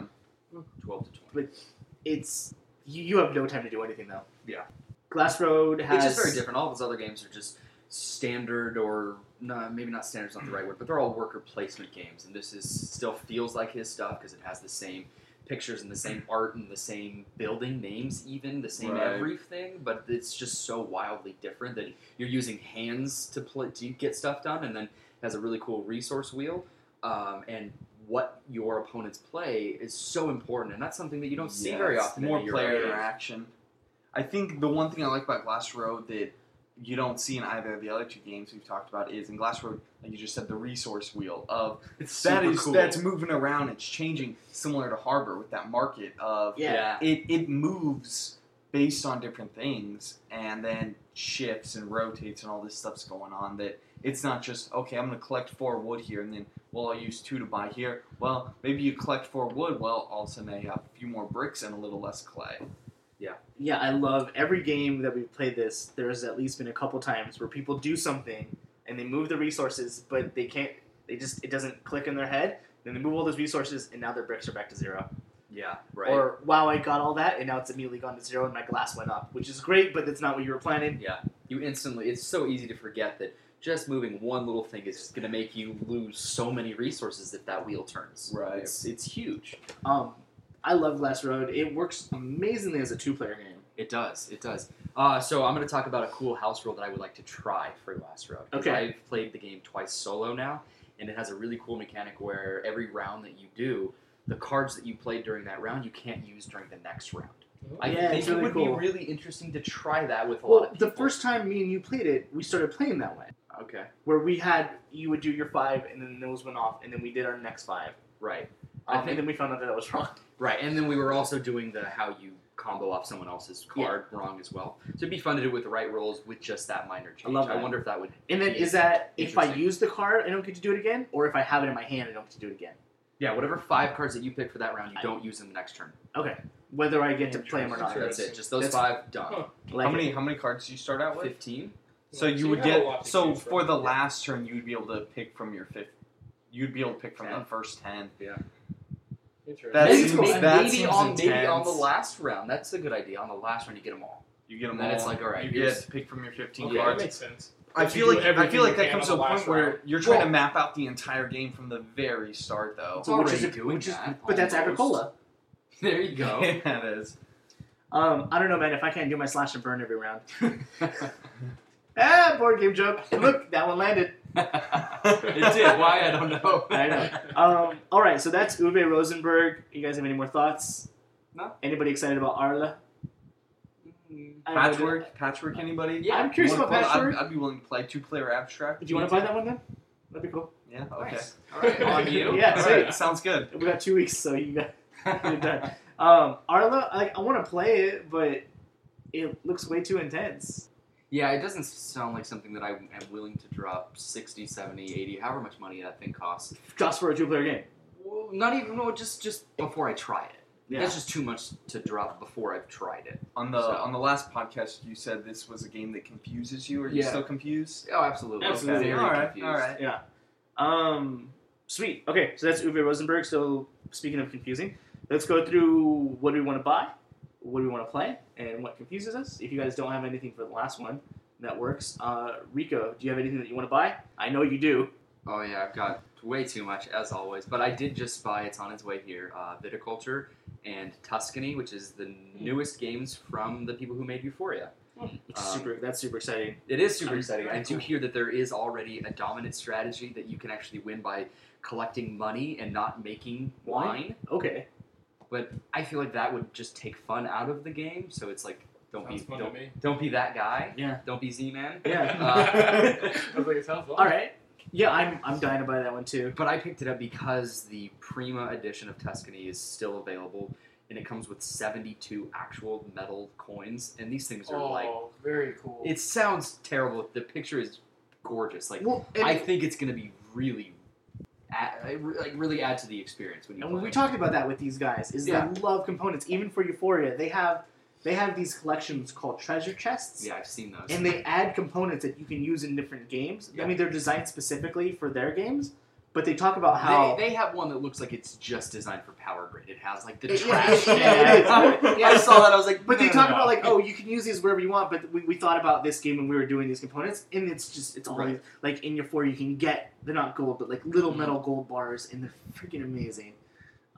12 to 20.
But it's you, you have no time to do anything though.
Yeah.
Glass Road has
It's just very different. All of his other games are just standard or no, maybe not standard's not the right word, but they're all worker placement games, and this is still feels like his stuff because it has the same pictures and the same art and the same building names, even the same
Right.
everything. But it's just so wildly different that you're using hands to play to get stuff done, and then it has a really cool resource wheel. Um, and what your opponents play is so important, and that's something that you don't see
Yeah,
very
it's
often. in
More
a Euro
player
game.
interaction. I think the one thing I like about Glass Road that you don't see in either of the other two games we've talked about is in Glass Road, like you just said, the resource wheel of
It's
that
super
is
cool.
that's moving around. It's changing, similar to Harbor with that market of
Yeah.
it it moves based on different things and then shifts and rotates and all this stuff's going on that it's not just okay i'm going to collect four wood here and then well i'll use two to buy here well maybe you collect four wood well all of a sudden i have a few more bricks and a little less clay
yeah, I love every game that we've played this. There's at least been a couple times where people do something and they move the resources, but they can't. They just it doesn't click in their head. Then they move all those resources, and now their bricks are back to zero.
Yeah, right.
Or wow, I got all that, and now it's immediately gone to zero, and my glass went up, which is great, but that's not what you were planning.
Yeah, you instantly. It's so easy to forget that just moving one little thing is going to make you lose so many resources if that wheel turns.
right
It's it's huge.
Um, I love Glass Road. It works amazingly as a two-player game.
It does. It does. Uh, so I'm going to talk about a cool house rule that I would like to try for Last Road. 'cause
Okay.
I've played the game twice solo now, and it has a really cool mechanic where every round that you do, the cards that you played during that round you can't use during the next round. I
Yeah,
think
it's
it
really
would
cool.
be really interesting to try that with a lot
Well,
of people.
the first time me and you played it, we started playing that way,
Okay.
where we had you would do your five, and then those went off, and then we did our next five.
Right. I
Um,
think-
and then we found out that that was wrong.
Right, and then we were also doing the how you combo off someone else's card wrong as well. So it'd be fun to do with the right rolls with just that minor change.
love that.
I wonder if that would.
And then
be-
is that if I
Interesting.
use the card, I don't get to do it again, or if I have it in my hand, I don't get to do it again.
yeah, whatever five cards that you pick for that round, you
I-
don't use in the next turn.
Whether I get to play them or not.
Interesting.
That's it. Just those
That's-
five done.
Huh.
Like
how many how many cards do you start out with
Fifteen.
so you would
have a lot
get
to
so
choose from.
for the last turn you'd be able to pick from your fifth you'd be able to pick from
Ten.
the first ten
Interesting.
That
maybe
seems-
maybe,
that
maybe
seems
on maybe on
intense.
the last round. That's a good idea. On the last round, you get them all.
you get them
Then
all
it's like, all right,
you
here's-
get to pick from your 15
okay, that
cards
makes sense.
I
But you
feel
do
like I
everything
feel like
you
that
can
comes to a
on the
point
last round.
where you're trying
Well-
to map out the entire game from the very start, though.
It's
But which
already
is-
doing
which is-
that.
But that's
almost.
Agricola.
There you go.
yeah, it is.
Um, I don't know, man. If I can't do my slash and burn every round,
it
ah, board game joke. Look, that one landed.
did. Why I don't know.
I know. Um, all right, so that's Uwe Rosenberg. You guys have any more thoughts?
No.
Anybody excited about Arla? I don't know.
Patchwork, patchwork. Anybody?
Yeah,
I'm curious
Wanna
about
play- I'd-
patchwork.
I'd, be willing to play two-player abstract.
Do you want to buy that one then? That'd be cool.
Yeah. Okay.
Nice. All right, on you.
Yeah,
All
sweet.
right. Sounds good.
We got two weeks, so you got you're done. Um, Arla, I, I want to play it, but it looks way too intense.
Yeah, it doesn't sound like something that I am willing to drop 60, 70, 80, however much money that thing costs.
Just for a two-player game.
Well, not even, no, just just before I try it.
Yeah.
That's just too much to drop before I've tried it.
On the
So-
on the last podcast, you said this was a game that confuses you. Are you
Yeah.
still confused?
Oh, absolutely.
Absolutely.
Very
All right.
confused.
All right.
Um, sweet. Okay, so that's Uwe Rosenberg. So speaking of confusing, let's go through what do we want to buy, what do we want to play, and what confuses us. If you guys don't have anything for the last one, that works. Uh, Rico, do you have anything that you want to buy? I know you do.
Oh yeah, I've got way too much as always, but I did just buy. It's on its way here. Uh, Viticulture and Tuscany, which is the
Hmm.
newest games from the people who made Euphoria.
It's
Um,
super. That's super exciting.
It is super
Um,
exciting. I
very
do
cool.
hear that there is already a dominant strategy that you can actually win by collecting money and not making
Wine?
wine.
Okay.
I feel like that would just take fun out of the game. So it's like, don't
Sounds
be
fun to
don't,
me.
don't be that guy.
Yeah.
Don't be Z Man.
Yeah.
Uh,
uh, I was like, it sounds fun.
All right. Yeah, I'm I'm dying to buy that one too.
But I picked it up because the Prima edition of Tuscany is still available, and it comes with seventy-two actual metal coins, and these things are
Oh,
like.
very cool.
It sounds terrible. The picture is gorgeous. Like
Well, and,
I think it's gonna be really, add, like really add to the experience when you.
and
play
when we
it.
talked about that with these guys, is
Yeah.
they love components. Even for Euphoria, they have they have these collections called treasure chests.
Yeah, I've seen those.
and they add components that you can use in different games. I
Yeah.
mean, they're designed specifically for their games, but they talk about how
They, they have one that looks like it's just designed for power grid. It has like the
Yeah,
trash
yeah,
can.
yeah, it is.
I saw that. I was like,
But
no,
they
no,
talk
no.
about like, oh, you can use these wherever you want. But we, we thought about this game when we were doing these components, and it's just it's always like in your four you can get they're not gold, but like little
Mhm.
metal gold bars, and they're freaking amazing.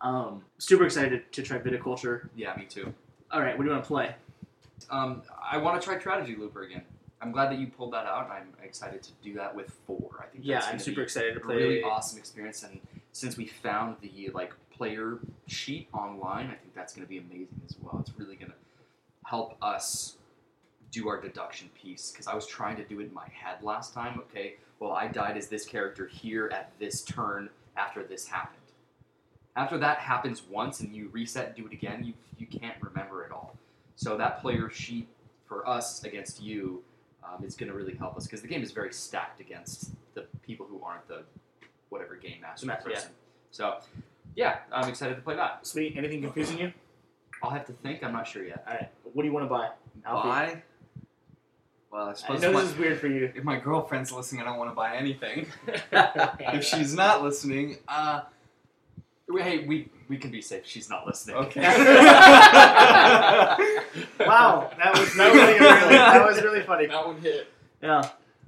Um, super excited to try viticulture.
Yeah, me too.
All right, what do you want to play?
Um, I want to try Strategy Looper again. I'm glad that you pulled that out. I'm excited to do that with four. I think
Yeah,
that's
I'm
gonna
super
be
excited to
a
play. uh,
really awesome experience. And since we found the like player sheet online, I think that's going to be amazing as well. It's really going to help us do our deduction piece because I was trying to do it in my head last time. Okay, well I died as this character here at this turn after this happened. After that happens once and you reset and do it again, you you can't remember it all. So that player sheet for us against you um, is going to really help us because the game is very stacked against the people who aren't the whatever game master
Ma- yeah.
person. So yeah, I'm excited to play that.
Sweet. Anything confusing you?
I'll have to think. I'm not sure yet.
All right. What do you want to buy? Alfie.
Buy?
Well, I
I
suppose
know
my-
this is weird for you.
If my girlfriend's listening, I don't want to buy anything.
if
If she's not listening, uh,
We- Hey, we we can be safe. She's not listening.
okay.
Wow, that was that was, really, really, that was really funny.
that one hit.
Yeah.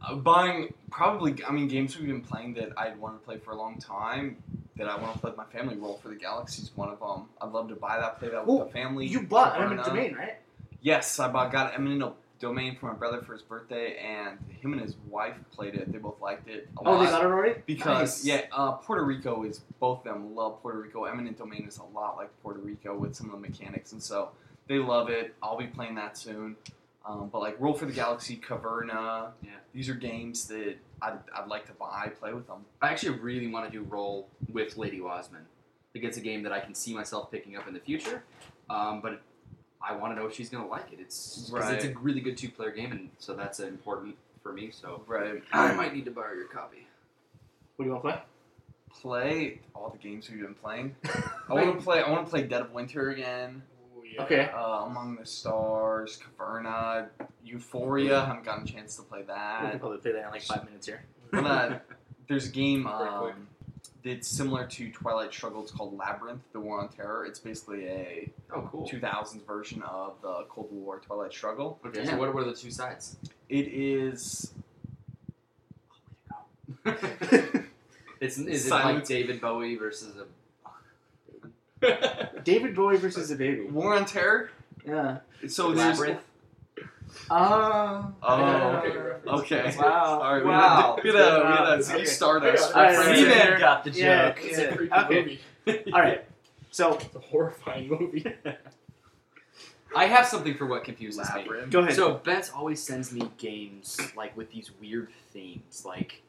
Uh, buying probably, I mean, games we've been playing that I'd want to play for a long time. That I want to play with my family. Roll for the Galaxy is one of them. I'd love to buy that, play that with
Well,
the family.
You bought Eminent
Taverna.
Domain, right?
Yes, I bought got eminent domain for my brother for his birthday, and him and his wife played it. They both liked it a
Oh,
lot
they got it already.
Nice.
because yeah, uh, Puerto Rico is both of them love Puerto Rico. Eminent Domain is a lot like Puerto Rico with some of the mechanics, and so they love it. I'll be playing that soon. Um, but like Roll for the Galaxy, Caverna,
Yeah.
these are games that I'd, I'd like to buy, play with them.
I actually really want to do roll with Lady Wasman. Like it's a game that I can see myself picking up in the future, um, but I want to know if she's gonna like it. It's 'cause it's a really good two-player game, and so that's important for me. So
Right.
I might need to borrow your copy.
What do you want to play?
Play all the games we've been playing. I
Wait.
want to play. I want to play Dead of Winter again.
Ooh, yeah.
Okay.
Uh, Among the Stars, Caverna, Euphoria. I haven't gotten a chance to play
We can
that.
probably play that in like five minutes here.
Well, uh, There's a game
Very quick.
um, that's similar to Twilight Struggle. It's called Labyrinth: The War on Terror. It's basically a
Oh, cool.
2000s version of the Cold War Twilight Struggle.
Okay,
Yeah.
so what were the two sides?
It is
It's is it like
Silence.
David Bowie versus a
David Bowie versus the baby.
War on Terror.
Yeah.
So there's
labyrinth?
Oh.
Oh,
okay, reference.
okay.
Wow.
All right, we
Wow.
gotta, we gotta, we gotta
Okay.
start us.
All right,
right.
See there.
got the
Yeah.
It's a creepy
Okay.
movie.
All right. So
It's a horrifying movie.
I have something for what confuses me.
Labyrinth.
go ahead.
So Bent always sends me games like with these weird themes. Like,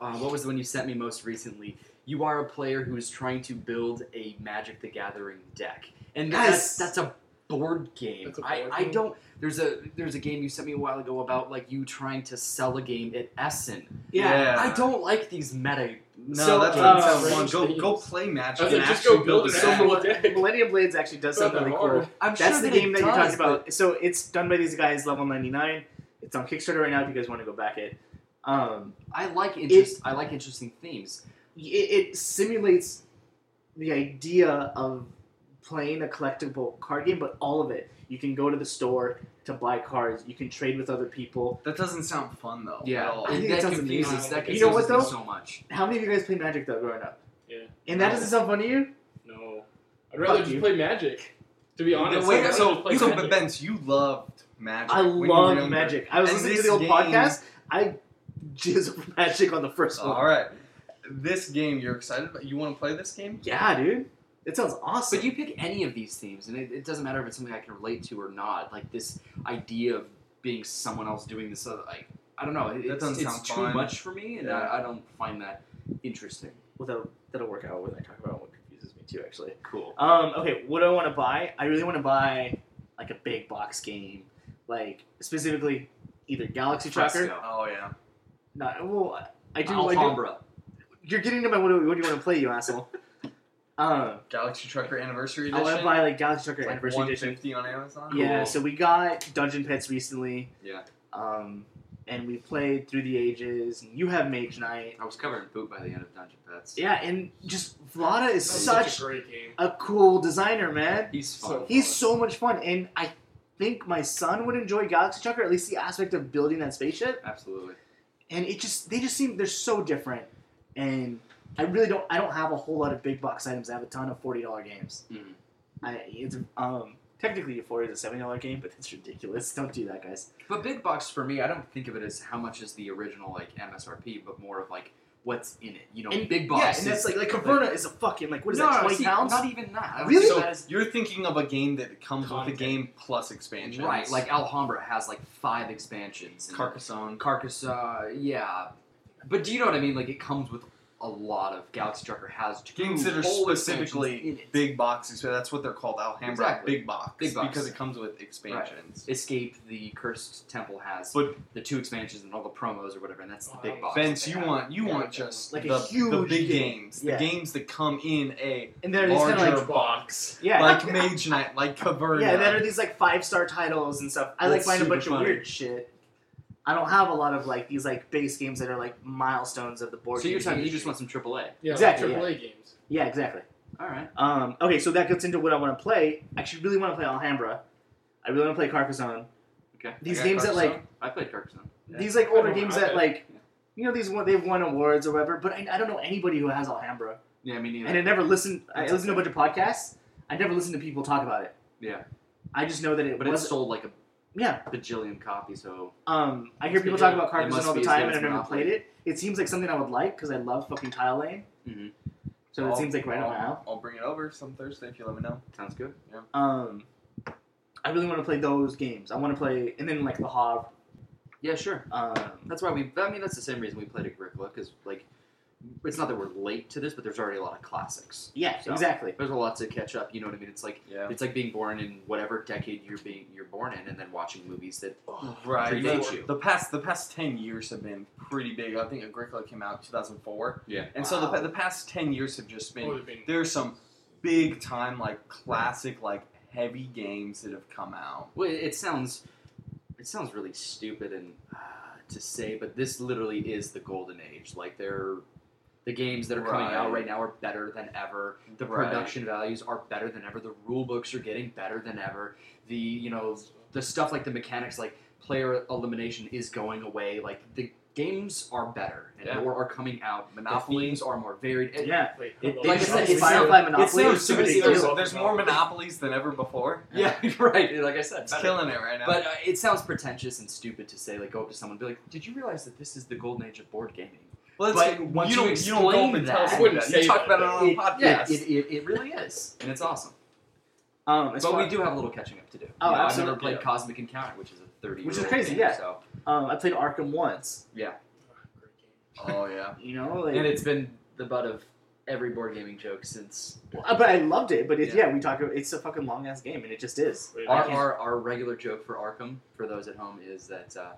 uh, what was the one you sent me most recently? You are a player who is trying to build a Magic the Gathering deck, and
Yes!
that's that's a board game.
That's a
I,
board
I
game.
don't. There's a there's a game you sent me a while ago about like you trying to sell a game at Essen.
yeah.
I don't like these meta.
No,
so,
that's
uh,
what I'm saying.
strange
Go,
things.
go play
I
Magic
was
and
like, just
actually
go build
a
an
deck.
actual
So
deck.
Millennium Blades actually does
Not
something
that
really
hard.
cool.
I'm
That's
sure
the
that
game
it
that you
does,
talked about. So it's done by these guys, level ninety nine. It's on Kickstarter right now if you guys want to go back it. Um,
but I like interest. I like interesting themes.
it, it simulates the idea of playing a collectible card game, but all of it. You can go to the store to buy cards. You can trade with other people.
That doesn't sound fun though.
Yeah,
At all.
I think it
that
sounds
confuses.
amazing.
That
You know what,
confuses me so
though?
much.
How many of you guys play Magic though growing up?
Yeah.
And that doesn't sound fun to you?
No. I'd rather
Fuck
just
you.
play Magic. To be honest. I'd
Wait,
rather
so
just play
so but
Magic.
Benz, you loved Magic.
I
when you were younger.
love Magic. I was
And
listening to
this
the old
game-
podcast. I jizz over Magic on the first one.
Oh, All right, this game you're excited about. You want to play this game?
Yeah, dude. It sounds awesome.
But you pick any of these themes, and it, it doesn't matter if it's something I can relate to or not. Like this idea of being someone else doing this, other, like I don't know. It, it's
doesn't
it's
sound
too
fun.
much for me, and
Yeah.
I, I don't find that interesting.
well, that'll, that'll work out when I talk about what confuses me too, actually.
Cool.
Um, okay, what do I want to buy? I really want to buy like a big box game, like specifically either Galaxy Tracker.
Fresco.
Oh yeah.
Not well. I do. I do.
Alhambra.
You're getting to my what do, what do you want to play, you asshole? Um,
Galaxy Trucker Anniversary
Oh, I
Edition.
want to buy like Galaxy Tracker
It's like
Anniversary Edition.
150 on Amazon.
Yeah,
Cool.
so we got Dungeon Pets recently.
Yeah.
Um, and we played through the ages. And you have Mage Knight.
I was covered in poop by the end of Dungeon Pets.
Yeah, and just Vlada is
That was
such
a great game.
a cool designer, man.
He's fun.
So-
He's so much fun, and I think my son would enjoy Galaxy Trucker, at least the aspect of building that spaceship.
Absolutely.
And it just they just seem they're so different, and I really don't I don't have a whole lot of big box items. I have a ton of forty dollar games.
Mhm.
I it's um technically forty is a seventy dollar game, but that's ridiculous. Don't do that, guys.
But big bucks for me, I don't think of it as how much is the original like MSRP, but more of like what's in it. You know,
And-
big
yeah,
box.
and that's like like Caverna is a fucking like what is
no,
that
no,
twenty
see,
pounds?
Not even that. I don't
Really?
think
So
that is-
you're thinking of a game that comes with
Content.
the game plus expansions,
right, like Alhambra has like five expansions. and-
Carcassonne.
Carcass, uh, yeah. But do you know what I mean? Like, it comes with a lot of. Galaxy Trucker has two
Games that are
whole
specifically
in it.
big boxes. So that's what they're called. Alhambra
Exactly.
big box.
Big box.
because it comes with expansions.
expansions. Escape the Cursed Temple has
But-
the two expansions and all the promos or whatever, and that's the
Oh,
big box.
Vince,
that they
you
have.
want you
Yeah.
want just
Like a
the, the
huge
big
game.
games,
Yeah.
the games that come in a
and they're just kind of
larger
like
box.
yeah
like Mage Knight, like Caverna.
Yeah, that are these like five star titles and stuff. I
That's
like find a
super
bunch
funny.
of weird shit. I don't have a lot of like these like base games that are like milestones of the board.
So you're
game
talking, you
industry.
just want some AAA.
Yeah,
Exactly,
Like AAA games.
Yeah, exactly.
Alright.
Um, okay, so that gets into what I want to play. I actually really want to play Alhambra. I really want to play Carcassonne.
Okay.
These
I got
games that, like-
Carcassonne. I played Carcassonne. Yeah.
These like
I
older
don't-
games
I-
that like,
yeah.
you know, these won, they've won awards or whatever. But I, I don't know anybody who has Alhambra.
Yeah, me neither.
And I never listened. I
That's
listened to a bunch of podcasts. I never listened to people talk about it.
Yeah.
I just know that it
But it
was.
sold like a
yeah,
bajillion copies, so.
Um, I hear
Must be
people talk
good.
about
It
Carcassonne
must
all the
be as
time,
good
and
as
I've never
Monopoly.
played it. It seems like something I would like because I love fucking Tile Lane,
Mhm.
so it
I'll-
seems like right up my alley.
I'll, I'll bring it over some Thursday if you let me know.
Sounds good.
Um, I really want to play those games. I want to play, and then like the Hob.
Yeah, sure.
Um,
That's why we. I mean, that's the same reason we played Agricola, because, like, it's not that we're late to this, but there's already a lot of classics.
yeah,
So-
exactly.
There's a lot to catch up, you know what I mean? It's like.
Yeah.
It's like being born in whatever decade you're being you're born in, and then watching movies that
Right.
predate
Sure.
you.
The past the past ten years have been pretty big. I think Agricola came out two thousand four.
Yeah.
And so the
Wow.
pa- the past ten years have just
What would
been
have been-
there's some big time like classic like heavy games that have come out.
Well, it- it sounds it sounds really stupid and uh, to say, but this literally is the golden age. Like they're the games that are coming out
Right.
right now are better than ever. The
Right.
production values are better than ever. The rule books are getting better than ever. The you know the stuff like the mechanics like player elimination is going away. Like the games are better and
Yeah.
more are coming out. The
Monopoly.
themes are more varied. It-
Yeah,
Like,
It-
hello.
they
like I
just-
said,
it's
Firefly
not-
Monopoly.
no
was
stupid.
a big
There's,
deal.
there's more monopolies than ever before.
Yeah, right. Like I said,
It's
better.
killing it right now.
But uh, it sounds pretentious and stupid to say, like, go up to someone and be like, did you realize that this is the golden age of board gaming?
Well,
but
that's-
once
you
you
don't you don't go
explain
up and
that-
tell
I
someone
wouldn't
that.
say
You talk
that,
about it on
though.
a podcast.
It, it, it really is. And it's awesome.
Um, as
but
far-
we do have a little catching up to do.
Oh,
You know, I've never
absolutely.
played
Yeah.
Cosmic Encounter, which is a 30
Which is
year old
crazy,
game,
yeah.
So.
um, I played Arkham once.
Great game.
oh yeah.
You know, like,
And it's been the butt of every board gaming joke since
Uh, but I loved it. But it's
Yeah.
yeah, we talk. It's a fucking long ass game, and it just is.
Wait,
our,
I
our, our regular joke for Arkham, for those at home, is that uh,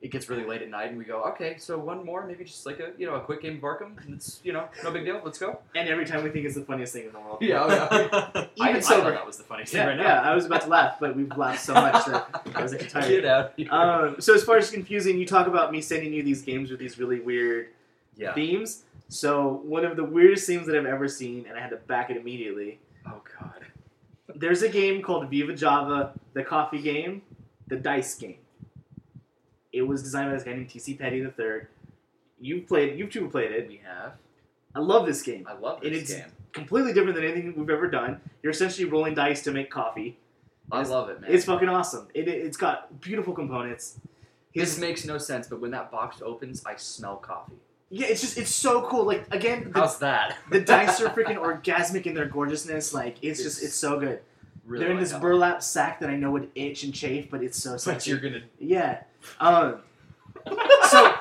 it gets really late at night and we go, okay, so one more, maybe just like a you know a quick game of Arkham. It's you know no big deal. Let's go.
And every time we think it's the funniest thing in the world,
Yeah,
even
I, I
sober.
thought that was the funniest
yeah,
thing right now.
yeah, I was about to laugh, but we've laughed so much that I was like, tired.
Get out.
Um, so as far as confusing, you talk about me sending you these games with these really weird
yeah.
themes. So one of the weirdest themes that I've ever seen, and I had to back it immediately.
Oh God.
There's a game called Viva Java, the coffee game, the dice game. It was designed by this guy named TC Petty the Third. You've played, you two have played it.
We have.
I love this game.
I love
And
this
it's-
game.
Completely different than anything we've ever done. You're essentially rolling dice to make coffee.
I
it's-
love it, man.
It's fucking awesome. It, it's got beautiful components.
this makes no sense, but when that box opens, I smell coffee.
yeah, it's just it's so cool. Like again, the
How's that?
the dice are freaking orgasmic in their gorgeousness. Like it's, just
It's-
it's so good.
Really
They're in
like
this
that.
burlap sack that I know would itch and chafe, but it's so
But you're
sexy.
gonna.
Yeah. Um, so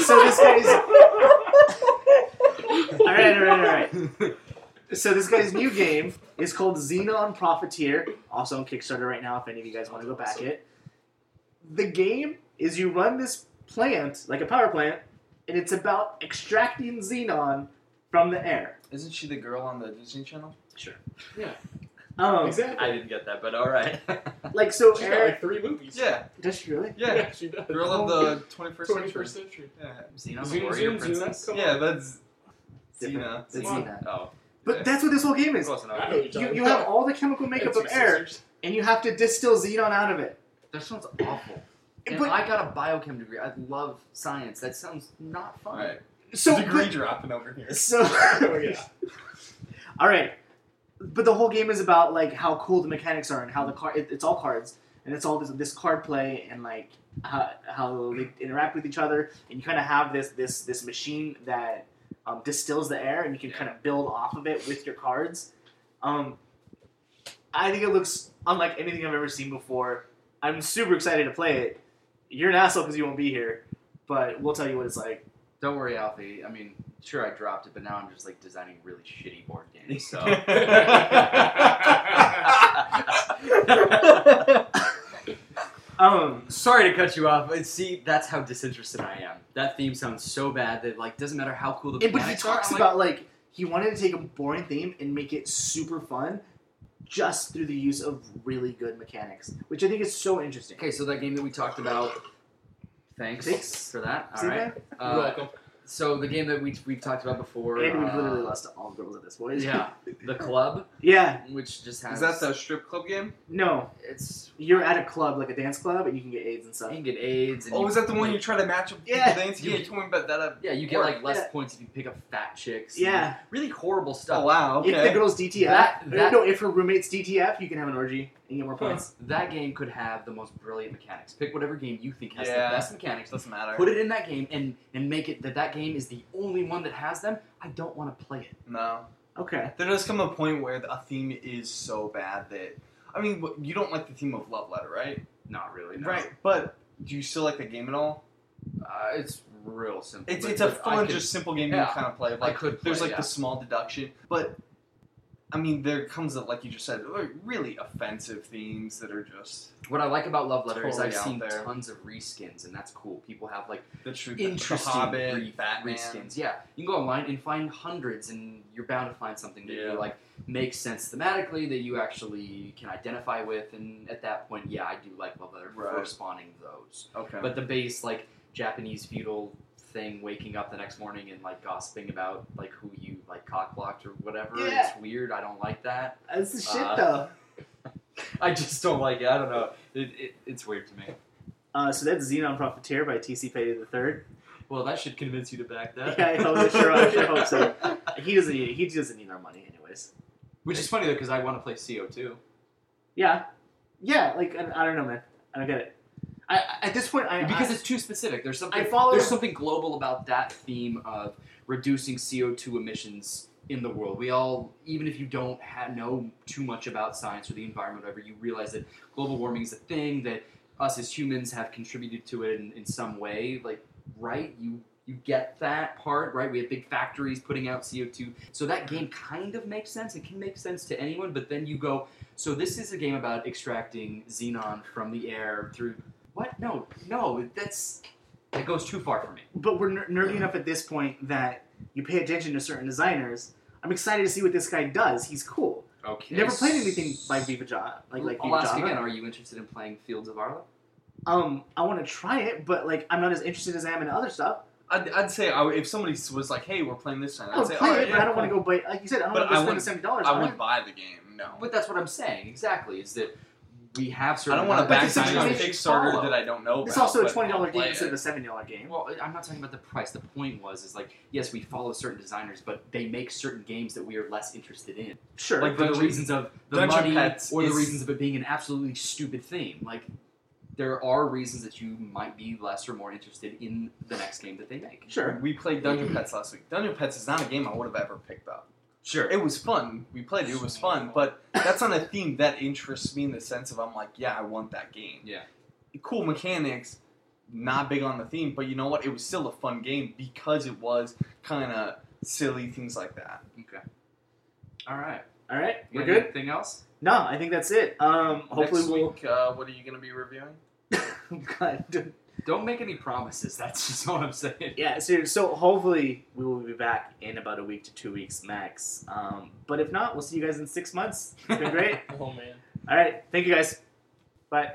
so this guy's all right, all right, all right. So this guy's new game is called Xenon Profiteer, also on Kickstarter right now. If any of you guys want to go back it, the game is you run this plant like a power plant, and it's about extracting xenon from the air.
Isn't she the girl on the Disney Channel?
Sure.
Um,
Exactly.
I didn't get that, but all right.
like so,
She's got
Eric.
like three movies.
Yeah,
Does she really?
yeah.
she does.
Girl of the 21st century.
21st century.
Yeah,
Xena, the
Zoom,
warrior
zoom, zoom.
princess.
Come
yeah
on.
that's
Different.
Xena.
It's
Come on.
Xena.
Oh,
But
Yeah.
that's what this whole game is.
close
I
enough.
know what you're
You,
talking
you
about.
have all the chemical
And
makeup
two
of air,
sisters.
and you have to distill xenon out of it.
That sounds awful. And
But
I got a biochem degree. I love science. That sounds not
All
fun.
right,
so
degree dropping over here.
but- so.
Oh yeah.
all right, but the whole game is about like how cool the mechanics are and how the card. It, it's all cards, and it's all this, this card play and like how, how they interact with each other, and you kind of have this this this machine that um, distills the air, and you can
Yeah.
kind of build off of it with your cards. Um, I think it looks unlike anything I've ever seen before. I'm super excited to play it. You're an asshole because you won't be here, but we'll tell you what it's like.
Don't worry, Alfie. I mean, sure, I dropped it, but now I'm just like designing really shitty board games. So.
Um,
Sorry to cut you off, but see, that's how disinterested I am. That theme sounds so bad that like doesn't matter how cool the
And, but he
mechanics are,
talks
I'm like,
about like he wanted to take a boring theme and make it super fun, just through the use of really good mechanics, which I think is so interesting.
Okay, so that game that we talked about. Thanks
Thanks.
for that. All
See
right.
that?
You're
Uh,
welcome.
so the game that we we've talked about before.
and we
uh,
literally lost to all girls at this point.
Yeah, the club,
yeah.
which just has.
Is that the strip club game?
No,
It's
you're at a club like a dance club, and you can get AIDS and
you
stuff.
can get AIDS. And
Oh,
you,
is that the one you try to match up?
Yeah.
Things?
You-
Yeah, you told me about that. uh,
Yeah, you get like less
Yeah.
points if you pick up fat chicks. and
Yeah.
Really horrible stuff.
Oh wow.
If the
Okay.
girl's DTF,
That-
or
that-
no, if her roommate's DTF, you can have an orgy and get more
Huh.
points.
That game could have the most brilliant mechanics. Pick whatever game you think has
Yeah.
the best mechanics.
Doesn't matter.
Put it in that game and and make it that that game is the only one that has them. I don't want to play it.
No.
Okay.
There does come a point where a theme is so bad that I mean, what- you don't like the theme of love letter, right?
Not really. No.
Right. But do you still like the game at all?
Uh, it's real simple.
It's
but-
it's a
but I
fun,
could-
just simple game you
yeah.
can kind of play.
I
Like
could.
there's
play,
like the small deduction, but I mean, there comes a, like you just said, really offensive themes that are just
yeah. What I like about Love Letter is
Totally
I've
out
seen
there.
tons of reskins, and that's cool. People have like
the truth.
interesting
the Hobbit,
re-
Batman.
reskins. Yeah, you can go online and find hundreds, and you're bound to find something that
Yeah.
you like makes sense thematically that you actually can identify with. And at that point, yeah, I do like Love Letter for
Right.
spawning those.
Okay.
But the base like Japanese feudal thing, waking up the next morning and like gossiping about like who you like cock blocked or whatever.
Yeah.
It's weird. I don't like that.
That's the shit
Uh,
though.
I just don't like it. I don't know. It, it, it's weird to me.
Uh, so that's Xenon Profiteer by TC Payday the Third.
Well, that should convince you to back that.
Yeah, I hope- I sure- I sure hope so. He doesn't need he doesn't need our money anyways.
Which is funny though, because I want to play CO2.
Yeah, yeah. Like I, I don't know, man. I don't get it. I- I at this point, I
because
I,
it's too specific. There's something.
I follow-
There's something global about that theme of reducing CO2 emissions in the world. We all, even if you don't ha- know too much about science or the environment, whatever, you realize that global warming is a thing that us as humans have contributed to it in, in some way. Like, right? You you get that part, right? We have big factories putting out CO2, so that game kind of makes sense. It can make sense to anyone, but then you go. So this is a game about extracting xenon from the air through what? No, no, that's that goes too far for me.
but we're ner- nerdy enough at this point that you pay attention to certain designers. I'm excited to see what this guy does. He's cool.
Okay.
Never played anything by Viva Java. Like like
I'll
Viva
ask
Java.
again. Are you interested in playing Fields of Arla?
Um, I want to try it, but like I'm not as interested as I am in other stuff.
I'd, I'd say I, would- if somebody was like, "Hey, we're playing this time,"
I
I'd
would
say,
play
"All right,
Oh, it, but
yeah,
I don't want to
cool."
go buy. Like you said, I don't want to
But I
spend the
wouldn't-
seventy dollars.
I wouldn't buy the game. No.
But that's what I'm saying. Exactly. Is that we have
I
certain.
don't want to
But
back
it's a
sign on
transition
Kickstarter
follow.
that I don't know.
It's
about,
also a
but
twenty dollar
I'll
game
play
instead
it.
of a seventy dollar game.
Well, I'm not talking about the price. The point was, is like, yes, we follow certain designers, but they make certain games that we are less interested in,
Sure.
like for the
Dungeon-
reasons of the
Dungeon
money
Pets
or the
is-
reasons of it being an absolutely stupid theme. Like, there are reasons that you might be less or more interested in the next game that they make.
sure.
We played Dungeon Pets last week. Dungeon Pets is not a game I would have ever picked up.
Sure.
It was fun. We played it. It was fun, but that's not a theme that interests me in the sense of I'm like, yeah, I want that game.
Yeah.
Cool mechanics, not big on the theme, but you know what? It was still a fun game because it was kind of silly things like that.
Okay. All right.
All right.
You
We're
got
good.
Anything else?
No, I think that's it. Um, hopefully
Next
we'll.
week, uh, what are you going to be reviewing?
God, dude.
Don't make any promises. That's just what I'm saying.
yeah, so, so hopefully we will be back in about a week to two weeks max. Um, but
Uh,
if not, we'll see you guys in six months. It's been great.
Oh man.
All right. Thank you guys. Bye.